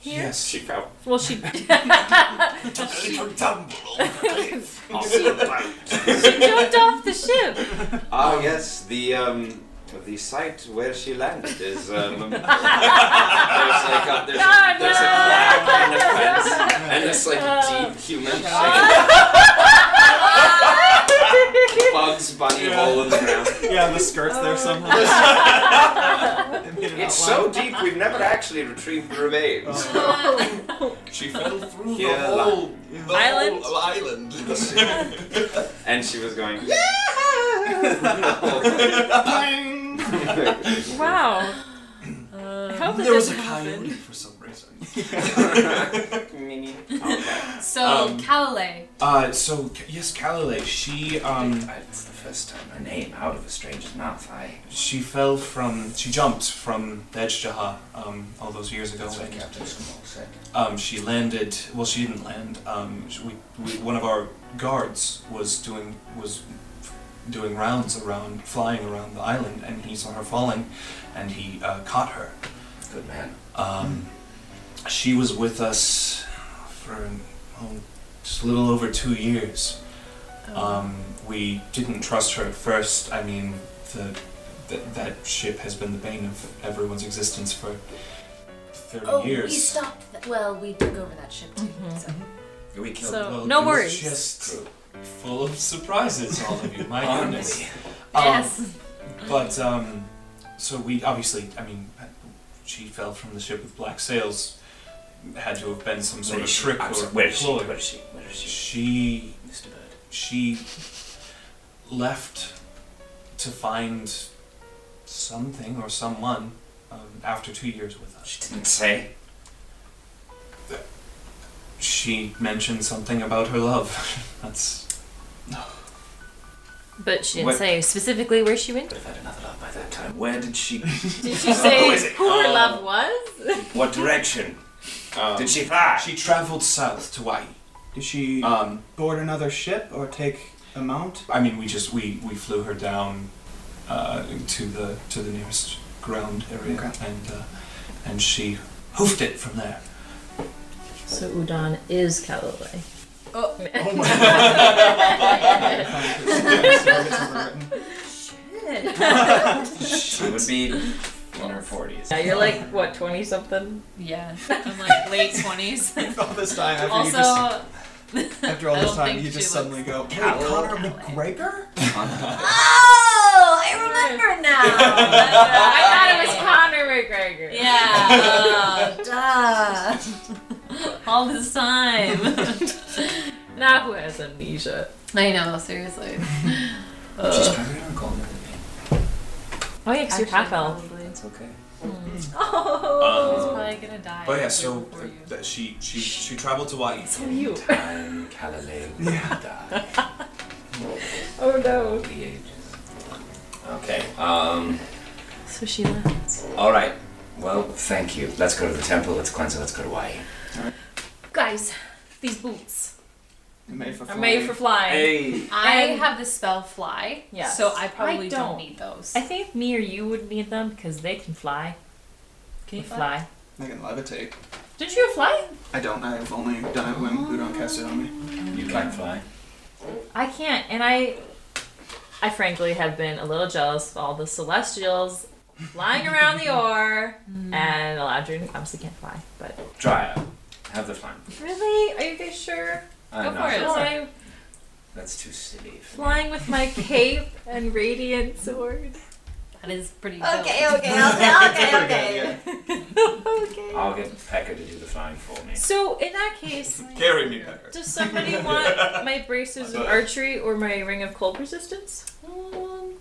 Here?
Yes, she fell.
Well, she.
She tumbled.
she jumped off the ship.
Ah, yes, the um, the site where she landed is um, there's like a there's, a, there's a black line of fence, and it's like a deep human shape. Bugs Bunny hole in the ground.
Yeah, the skirt's there somewhere.
It's so deep we've never actually retrieved the remains.
She fell through
the Yeah, la- whole-
the
Island?
whole island.
and she was going.
Wow. I hope that
there was a
doesn't happen.
coyote for some reason.
So,
Um,
Kalle.
Uh, so yes, Calile. She um,
It's the first time her name out of a stranger's mouth. I.
she fell from, she jumped from the edge Jaha, um, all those years ago.
That's what
and-
Captain Small said.
Um, she landed. Well, she didn't land. Um, sh- we, we, one of our guards was doing was doing rounds around, flying around the island, and he saw her falling, and he uh, caught her.
Good man.
Um, she was with us for oh, just a little over two years.
Oh,
Um, we didn't trust her at first. I mean, the, th- that ship has been the bane of everyone's existence for thirty
Oh,
years.
we stopped. Th- well, we took over that ship too. So.
We killed
So,
Well,
no
it was
worries.
Just full of surprises, all of you. My goodness. Um,
Yes.
But um, so we obviously, I mean, she fell from the ship with black sails. Had to have been some sort
Where
of
is she?
trick
I'm
or
sorry, where is she?
ploy.
Where is she? Where is she?
She
Mr. Bird.
she left to find something or someone um, after two years with us. She
didn't say.
She mentioned something about her love. That's
But she didn't
What-
say specifically where she went.
By that time, where did she? did
Did she say who her love was?
What direction?
Did she fly? She traveled south to Hawaii. Did she um, board another ship or take a mount? I mean, we just we, we flew her down uh, to the to the nearest ground area, and uh, and she hoofed it from there.
So Udon is Calloway.
Oh,
She would be in her forties.
Yeah, you're like what, twenty something?
Yeah, I'm like late twenties.
all this time, after
also,
you just after all
I
this
don't
time,
think
you
she
just suddenly go, "Hey,
Calloway.
Conor McGregor."
Oh, I remember now.
I thought it was Conor McGregor.
Yeah. duh.
All this time. now who has amnesia?
I know, seriously.
She's probably not calling her name.
Oh yeah, 'cause you're half elf.
It's okay.
Hmm.
Oh, he's
Um,
probably gonna die.
But yeah, so uh, that she she she traveled to Hawaii.
So you.
Time Calloway will die.
Oh no.
The ages. Okay. Um.
So she left.
All right. Well, thank you. Let's go to the temple. Let's cleanse it. Let's go to Hawaii.
Guys, these boots
Made for
are made for flying.
I
And-
have the spell fly,
Yes.
so I probably don't.
don't.
need those.
I think me or you would need them because they can fly. Can
you
fly?
fly?
I can levitate.
Did you fly?
I don't. I've only done it
Oh.
when Udon cast it on me.
You can fly.
I can't, and I, I frankly have been a little jealous of all the celestials flying around the ore,
Hmm.
and Eladrin obviously can't fly. But
Dryad. Have the fun.
really, are you guys sure?
I'm
Go
not
for it.
sure.
Fly-
That's too silly.
flying with my cape and radiant sword.
That is pretty.
Okay, okay, okay, okay, okay.
okay.
I'll get Pekka to do the flying for me.
So in that case,
Carry me, Pekka.
does somebody want my bracers of archery or my ring of cold resistance? Um,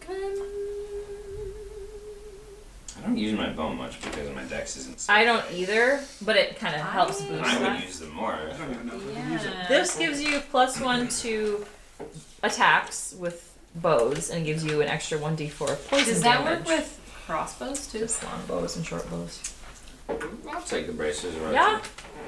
I don't use my bow much because my dex isn't. so
I don't either, but it kind of helps boost
I
that.
would use them more. I don't even know if
This gives you plus one to attacks with bows and gives you an extra 1d4 of poison
Does that
damage.
work with crossbows too?
Just long bows and short bows?
I'll take the braces. Right?
Yeah?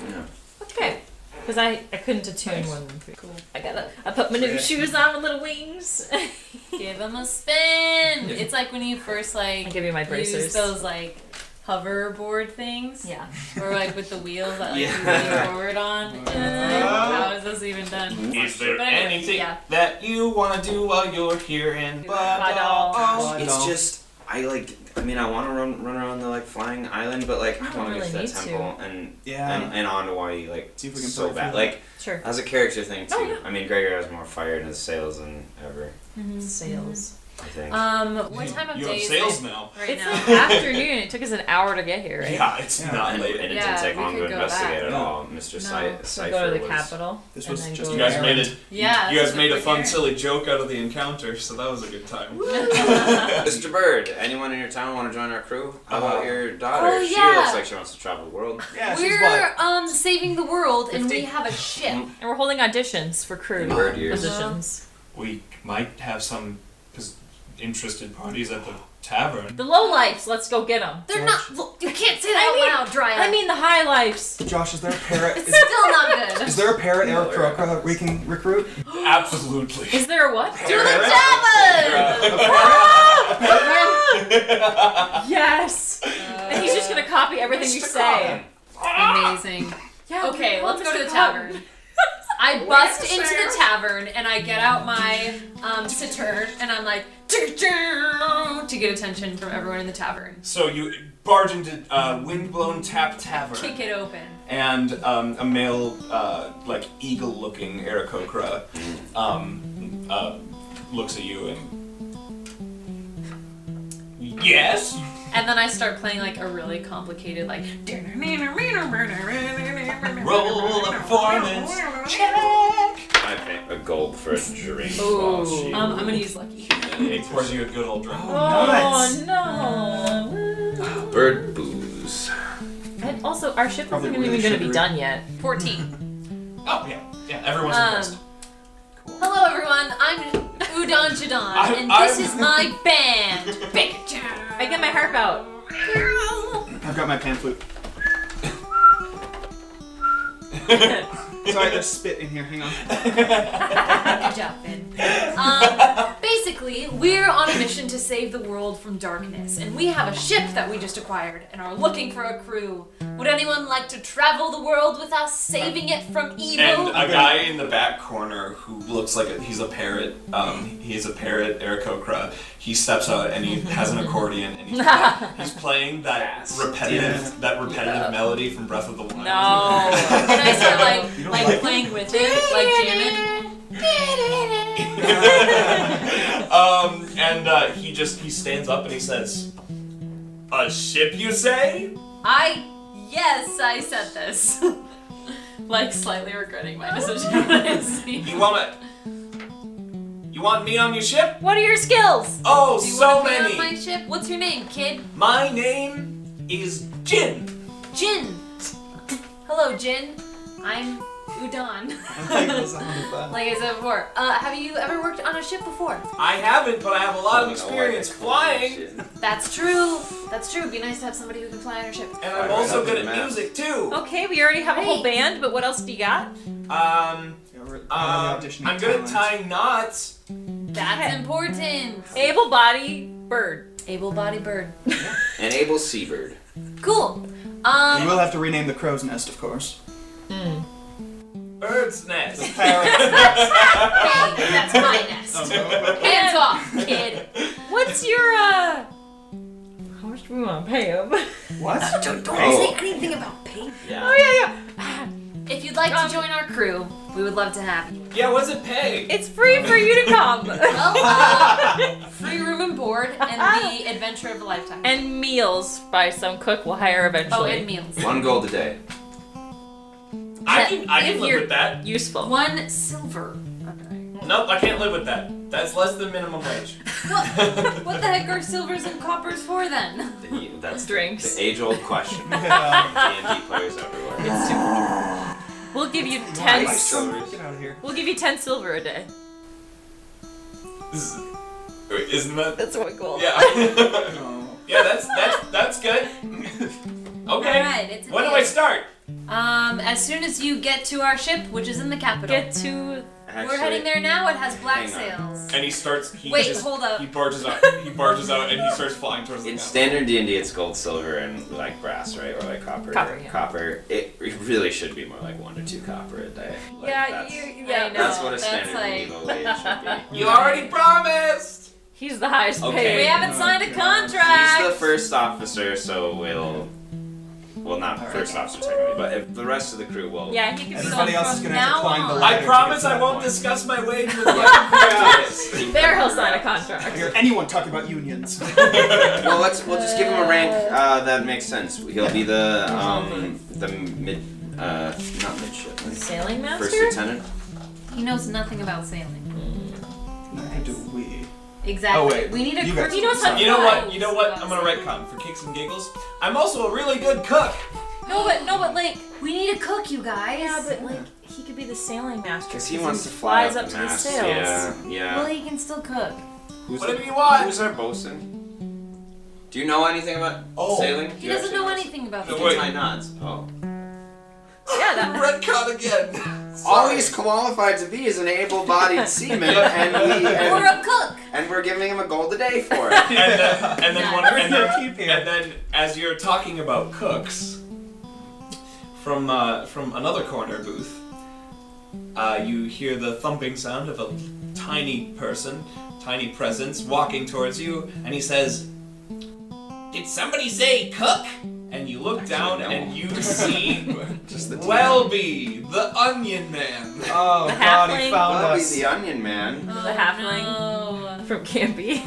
Yeah.
Okay. Because I, I couldn't attune one of them. Cool. I got to I put my new
Yeah.
shoes on with little wings.
Give them a spin. It's like when you first like
I give you my
use
bracers.
those Mm-hmm. like hoverboard things.
Yeah.
Or like with the wheels that like you
Yeah.
lean forward on. And it's like,
Uh-huh.
how is this even done?
Is there
But anyway,
anything
Yeah.
that you want to do while you're here in
uh,
Badal?
It's just I like. I mean, I want to run run around the like flying island, but like I,
don't
want to
really
get
need
to
to.
that temple and
Yeah.
and, and on to Hawaii like
See if we can
so
pull it
bad.
through.
Like
Sure.
as a character thing too.
Oh, yeah.
I mean, Gregor has more fire in his sails than ever.
Sales.
I think.
Um, what time of
you
day
have
is
sales
it
now.
Right
It's
now.
like afternoon. It took us an hour to get here, right?
Yeah, it's not
and,
late.
and it
Yeah,
didn't take
we
long
could
to
go
investigate
back.
at
No.
all. Mr. Cy-
No. So
Cypher
go to the
was,
capital.
This
and
was
then
just
go
You guys
there.
made it.
Yeah,
You guys
this
made a
is
fun,
weird.
silly joke out of the encounter, so that was a good time.
Mr. Bird, anyone in your town want to join our crew? How
Uh-huh.
about your daughter?
Oh,
she
yeah.
looks like she wants to travel the world.
We're um saving the world and we have a ship.
Mm.
And we're holding auditions for crew
Bird ears.
Uh-huh.
positions.
We might have some pos- interested parties at the tavern.
The low lifes, let's go get them.
They're not. Look, you can't say
I mean-
that out loud, Dryad.
I mean the high lifes.
Josh, is there a parrot?
it's
Is,
still not good.
is there a parrot Eric Kuroka we can recruit?
Absolutely.
Is there a what?
Do the tavern.
Yes. and he's just gonna copy everything you say.
Amazing.
Yeah.
Okay,
we
let's
want
go to the
come.
tavern. I bust into the tavern and I get out my um, saturn and I'm like "Doo-doo," to get attention from everyone in the tavern.
So you barge into uh, Windblown Tap Tavern.
Kick it open.
and um, a male, uh, like eagle-looking Aarakocra, um, uh, looks at you and yes,
And then I start playing like a really complicated like
roll a performance.
I pay a gold for for a drink while
Oh.
she.
Um, I'm gonna use lucky.
It pours you a good old drink.
Oh no!
Bird booze.
And also, our ship
Probably
isn't even
really
going to be
sugary.
done yet.
Fourteen.
Oh yeah, yeah. Everyone's
Um,
impressed.
Hello, everyone. I'm Udon Jadon,
I-
and this
I'm-
is my band. Big I get my harp out.
I've got my pan flute. Sorry, there's spit in here. Hang on.
Good job, Ben. Um, basically, we're on a mission to save the world from darkness, and we have a ship that we just acquired and are looking for a crew. Would anyone like to travel the world with us, saving it from
And uh,
evil?
a guy in the back corner who looks like a, he's a parrot. Um, he's a parrot, Eric Okra. He steps out and he has an accordion and he's, he's playing that repetitive that repetitive melody from Breath of the Wild.
No. and I start like
don't
like,
like it?
playing with it, like jamming.
um, and uh, he just he stands up and he says, "A ship, you say?"
I yes, I said this. like slightly regretting my decision.
You want it? You want me on your ship?
What are your skills?
Oh,
Do you
so
wanna be
many.
On my ship? What's your name, kid?
My name is Jin.
Jin. Hello, Jin. I'm Udon. like I said before, uh, have you ever worked on a ship before?
I haven't, but I have a lot of experience
Oh,
flying,
That's true. That's true. It'd be nice to have somebody who can fly on a ship.
and I'm also good at music too.
Oh.
Okay, we already have a whole band, but what else do you got?
Um, um, I'm good at tying knots.
That's important.
Able body bird.
Able body bird.
An able seabird.
Cool. Um,
you will have to rename the crow's nest, of course.
Bird's nest.
Hey, that's my nest. Hands off, kid.
What's your uh? How much do we want to pay him?
What?
Don't, don't
Oh.
say anything about paint.
Oh yeah, yeah. Um,
If you'd like to join our crew, we would love to have you.
Yeah, what's it pay?
It's free for you to come.
well, uh, free room and board and the adventure of a lifetime.
and meals by some cook we'll hire eventually.
Oh, and meals.
One gold a day.
I can I
If
can live
you're
with that.
Useful.
One silver.
Nope, I can't live with that. That's less than minimum wage.
What the heck are silvers and coppers for then?
That's
Drinks.
The age-old question. D&D players everywhere.
It's We'll give you ten.
Get out of here.
We'll give you ten silver a day.
Wait, Isn't that?
That's what gold.
Yeah. yeah, that's that's that's good. Okay.
Alright, it's a
when do
deal.
I start?
Um, as soon as you get to our ship, which is in the capital.
Get to.
We're heading there now. It has black
hang on.
sails.
And he starts. He
Wait,
just,
hold up.
He barges out. He barges out, and he starts flying towards the.
In
castle.
standard D and D, it's gold, silver, and like brass, right, or like copper.
Copper, yeah.
Copper. It, it really should be more like one or two copper a day. Like,
yeah,
that's-
you. Yeah, I know.
that's what a standard medieval wage should be.
You already
promised.
He's the highest
Okay.
paid.
We
haven't signed a
He's the
contract.
first officer, so we'll. Well, not first officer technically, but if the rest of the crew will.
Yeah, he can.
Everybody else is gonna have to climb the
I
ladder.
promise I won't discuss my wage with you.
There he'll sign a contract.
Hear anyone talk about unions?
well, let's we'll just give him a rank uh, that makes sense. He'll be the um the mid uh not midshipman.
Sailing
First
master?
lieutenant.
He knows nothing about sailing.
Neither do we.
Exactly.
Oh wait,
We need a
you
crew.
guys- You know what? You know what? I'm gonna retcon for kicks and giggles. I'm also a really good cook.
No, but no, but like we need a cook, you guys.
Yeah, but like he could be the sailing master.
Because he wants to fly
flies
up,
up
the
to the
mast.
sails.
Yeah, yeah.
Well, he can still cook.
Who's
Whatever
the-
you want.
Who's our bosun? Do you know anything about sailing?
He doesn't know anything about
He
the
can tie knots. Oh.
Yeah, that.
Redcon again.
All he's qualified to be is an able-bodied seaman, and we
Or
and,
a cook.
and we're giving him a gold a day for it.
And then, and then one, and then, and then, as you're talking about cooks, from uh, from another corner booth, uh, you hear the thumping sound of a tiny person, tiny presence, walking towards you, and he says, "Did somebody say cook?" And you look down, and you see
Just the
Welby, the Onion Man.
God,
Oh
he halfling. found
Welby
us.
the Onion Man.
The halfling
Oh,
from Campy.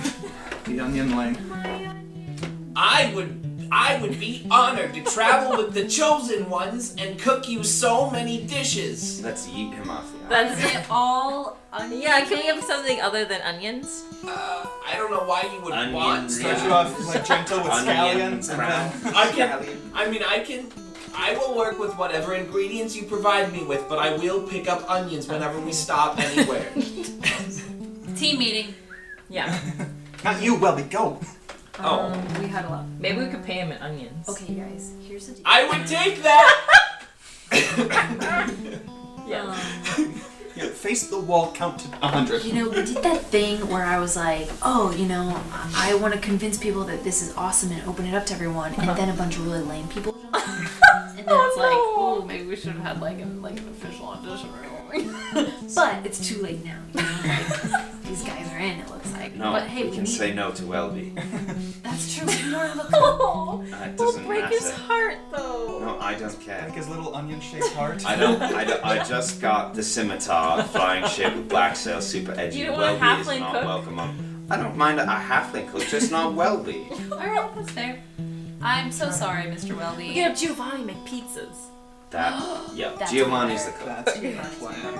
The onion lane.
I would. I would be honored to travel with the chosen ones and cook you so many dishes.
Let's yeet him off the
That's
it all onions. Yeah, can we have something other than onions? Uh,
I don't know why you would want
Start you off like gentle with
Onion
scallions and uh, then
I can. I mean, I can. I will work with whatever ingredients you provide me with, but I will pick up onions whenever we stop anywhere.
Team meeting.
Yeah.
Not you, Welby, go.
Oh.
Um, we had a lot.
Maybe we could pay him in onions.
Okay, you guys. Here's the deal.
I would take that.
Um,
Yeah, face the wall, count to 100.
You know, we did that thing where I was like, oh, you know, I want to convince people that this is awesome and open it up to everyone, and then a bunch of really lame people. joined. and then it's like, oh, maybe we should have had like an like an official audition or something. but it's too late now. You know? like, these guys are in. It looks like.
No,
but hey,
we
we
can
need-
say no to Welby.
That's true. We don't have a call.
That doesn't matter.
heart, though.
No, I don't care.
Like his little onion shaped heart.
I don't, I don't. I just got the scimitar flying ship with black sail, super edgy.
You don't want a
Welby is
halfling
not
cook?
welcome on. I don't mind a halfling cook, just not Welby.
Alright, that's fair. I'm so sorry, Mr. Welby.
We could have Giovanni make pizzas.
That yeah,
That's
Giovanni's the cook.
That's a good plan.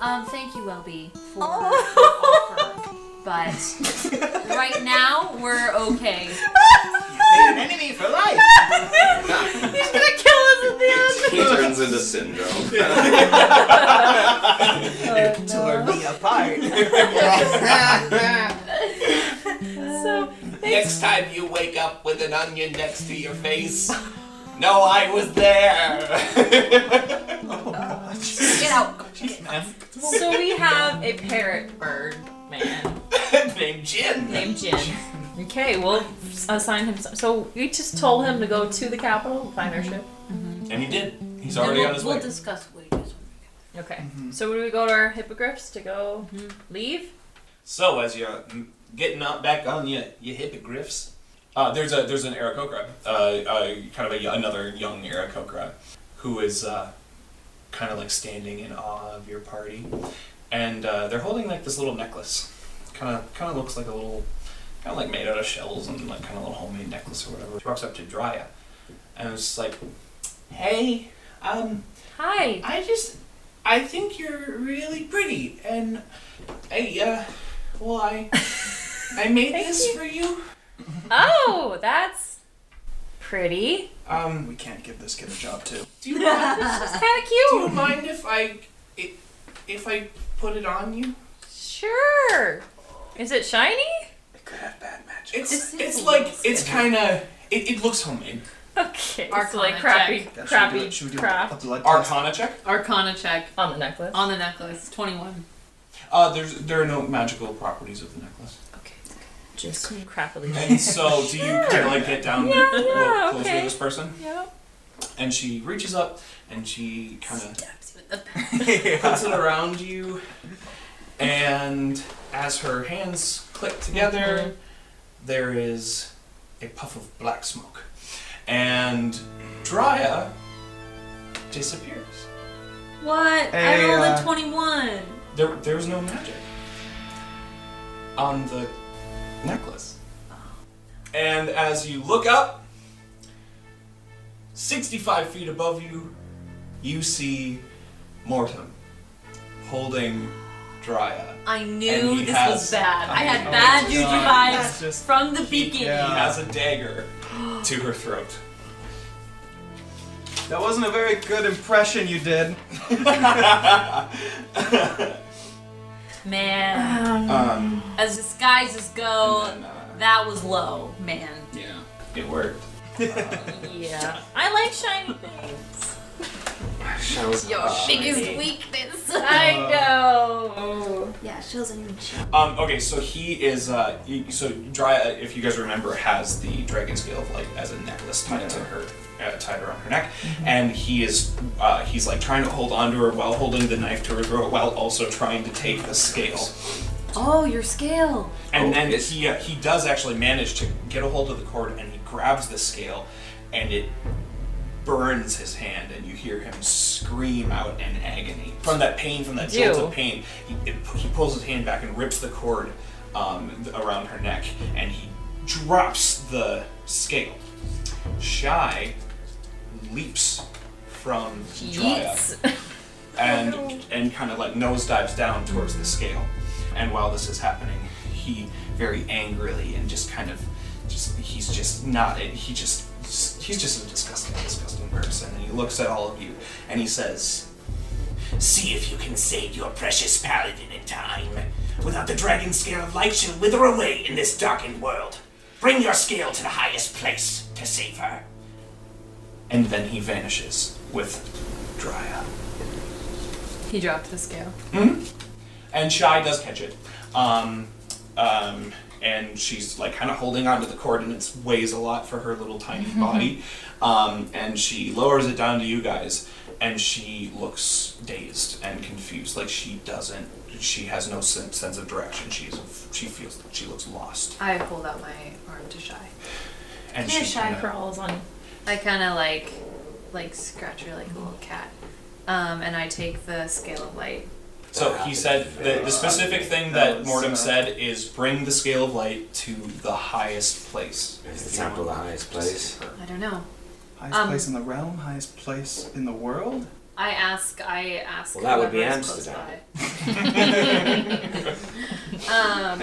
Um, thank you, Welby, for the
Oh.
offer. But right now we're okay.
Made an enemy for life.
He's gonna kill us at the
He turns into syndrome.
Tore me apart.
so
next time you wake up with an onion next to your face, no, I was there.
Get out.
So we have a parrot bird man
named Jin.
Named Jin. Okay, we'll assign Uh, him. Some. So we just told him to go to the capital, find our ship.
And he did. He's
And
already
we'll,
on his
we'll
way.
discuss what he does. Okay.
Mm-hmm.
So do we go to our hippogriffs to go leave?
So as you're mm, getting up back on your, your hippogriffs, uh, there's a there's an Aarakocra, uh, uh, kind of a, another young Aarakocra, who is uh, kind of like standing in awe of your party, and uh, they're holding like this little necklace, kind of kind of looks like a little, kind of like made out of shells and like kind of little homemade necklace or whatever. She walks up to Drya, and it's just like, hey, um,
hi.
I just, I think you're really pretty, and I, uh, well, I, I made this for you.
Oh, that's pretty.
Um, we can't give this kid a job too.
Do you mind?
It's kind of cute.
Do you mind if I, i- if I put it on you?
Sure. Is it shiny?
It's it's like it's kind of it, it looks homemade.
Okay. It's
Arcana
like crappy,
check.
crappy
Should we do
craft.
Arcana check.
Arcana check.
On the necklace.
On the necklace. 21.
Uh, there's there are no magical properties of the necklace.
Just crappily.
And so, do you kind of like get down
Yeah,
a little
yeah,
closer
okay.
to this person?
Yeah.
And she reaches up and she kind of
Puts it around you.
and as her hands click together, there is a puff of black smoke, and Drya disappears.
What?
Hey,
I rolled
uh,
a 21.
There there was no magic on the necklace. And as you look up, 65 feet above you, you see Mortem holding Drya.
I
And
knew
he
this
has-
was bad. I had
Oh,
bad
it's
juju
not-
vibes
that's just-
from the beginning.
He has a dagger to her throat.
That wasn't a very good impression you did.
Man.
Um,
As disguises go, that was low, man.
Yeah. It worked.
Yeah. I like shiny things.
Shows up.
weakness.
I know.
Yeah, shows a new chip.
Um, okay, so he is. Uh, he- so Dryad, if you guys remember, has the dragon scale of light as a necklace tied to her, uh, tied around her neck,
Mm-hmm.
and he is. Uh, he's like trying to hold onto her while holding the knife to her throat, while also trying to take the scale.
Oh, your scale.
And then he uh, he does actually manage to get a hold of the cord, and he grabs the scale, and it burns his hand, and you hear him scream out in agony from that pain, from that jolt
Ew.
of pain. He, it, he pulls his hand back and rips the cord um, th- around her neck, and he drops the scale. Shy leaps from
Yeets.
Dryad and and kind of like nosedives down towards the scale. And while this is happening, he very angrily and just kind of just he's just not he just he's just a disgusting disgusting person. And he looks at all of you and he says,
See if you can save your precious paladin in time. Without the dragon scale of light, she'll wither away in this darkened world. Bring your scale to the highest place to save her.
and then he vanishes with Dryad.
He dropped the scale.
hmm And Shy does catch it. Um, um, and she's like kind of holding onto the cord, and it weighs a lot for her little tiny body. Um, and she lowers it down to you guys, and she looks dazed and confused. Like she doesn't, she has no sen- sense of direction. She's, she feels like she looks lost.
I hold out my arm to Shy.
And she kinda-
crawls on. I kind of like, like scratch her like a little cat, um, and I take the scale of light.
So he said the, the specific thing that Mortem said is bring the scale of light to the highest place. Is the temple the highest place?
I don't know.
Highest
Um,
place in the realm, highest place in the world?
I ask. I ask.
Well, that would be
whoever is close
Amsterdam.
by. um,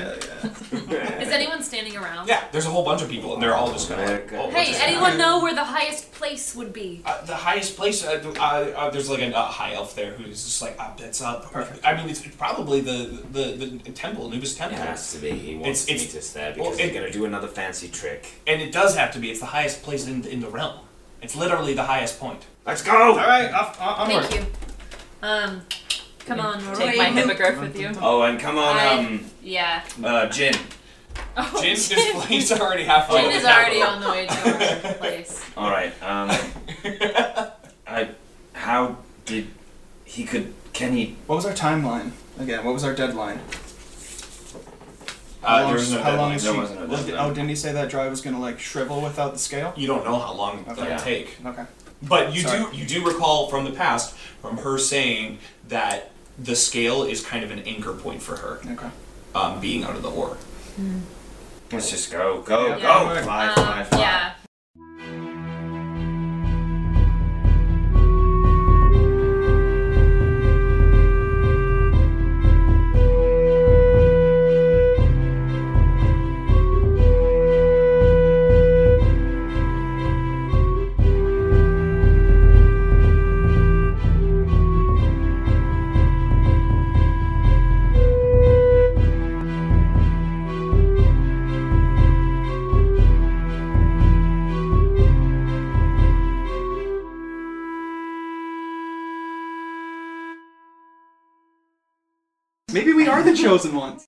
is anyone standing around?
Yeah, there's a whole bunch of people, and they're all just gonna. Like, oh,
Hey,
just-
anyone know where the highest place would be?
Uh, the highest place, uh, uh, uh, there's like a, a high elf there who's just like, ah, that's up. Perfect. I mean, it's probably the the, the temple, Anubis temple.
It has to be. He wants
It's-
to
it's-
meet us there
well,
because he's
it-
going to do another fancy trick.
And it does have to be. It's the highest place in, in the realm. It's literally the highest point.
Let's go!
Alright, off, on, onward.
Thank you. Um, come on,
Take
Rory.
my hippogriff with you.
Oh, and come on,
I-
um,
Yeah.
uh, Jin.
Jin, this place already halfway.
Oh, Jin
to
is
the
already on
capital.
the way to our place.
All right. Um, I. How did he could? Can he?
What was our timeline? Again, what was our deadline?
Uh,
How
there
long-
was no
how long
deadline.
is
There
she-
wasn't a
was-
deadline.
Oh, didn't he say that drive was gonna like shrivel without the scale?
You don't know how long
Okay.
that'll take.
Okay.
But you
Sorry.
do you do recall from the past from her saying that the scale is kind of an anchor point for her.
Okay.
Um, being out of the ore.
Let's just go, go,
Yeah.
go!
Yeah.
Fly,
Um,
fly, fly.
Yeah.
Maybe we are the chosen ones.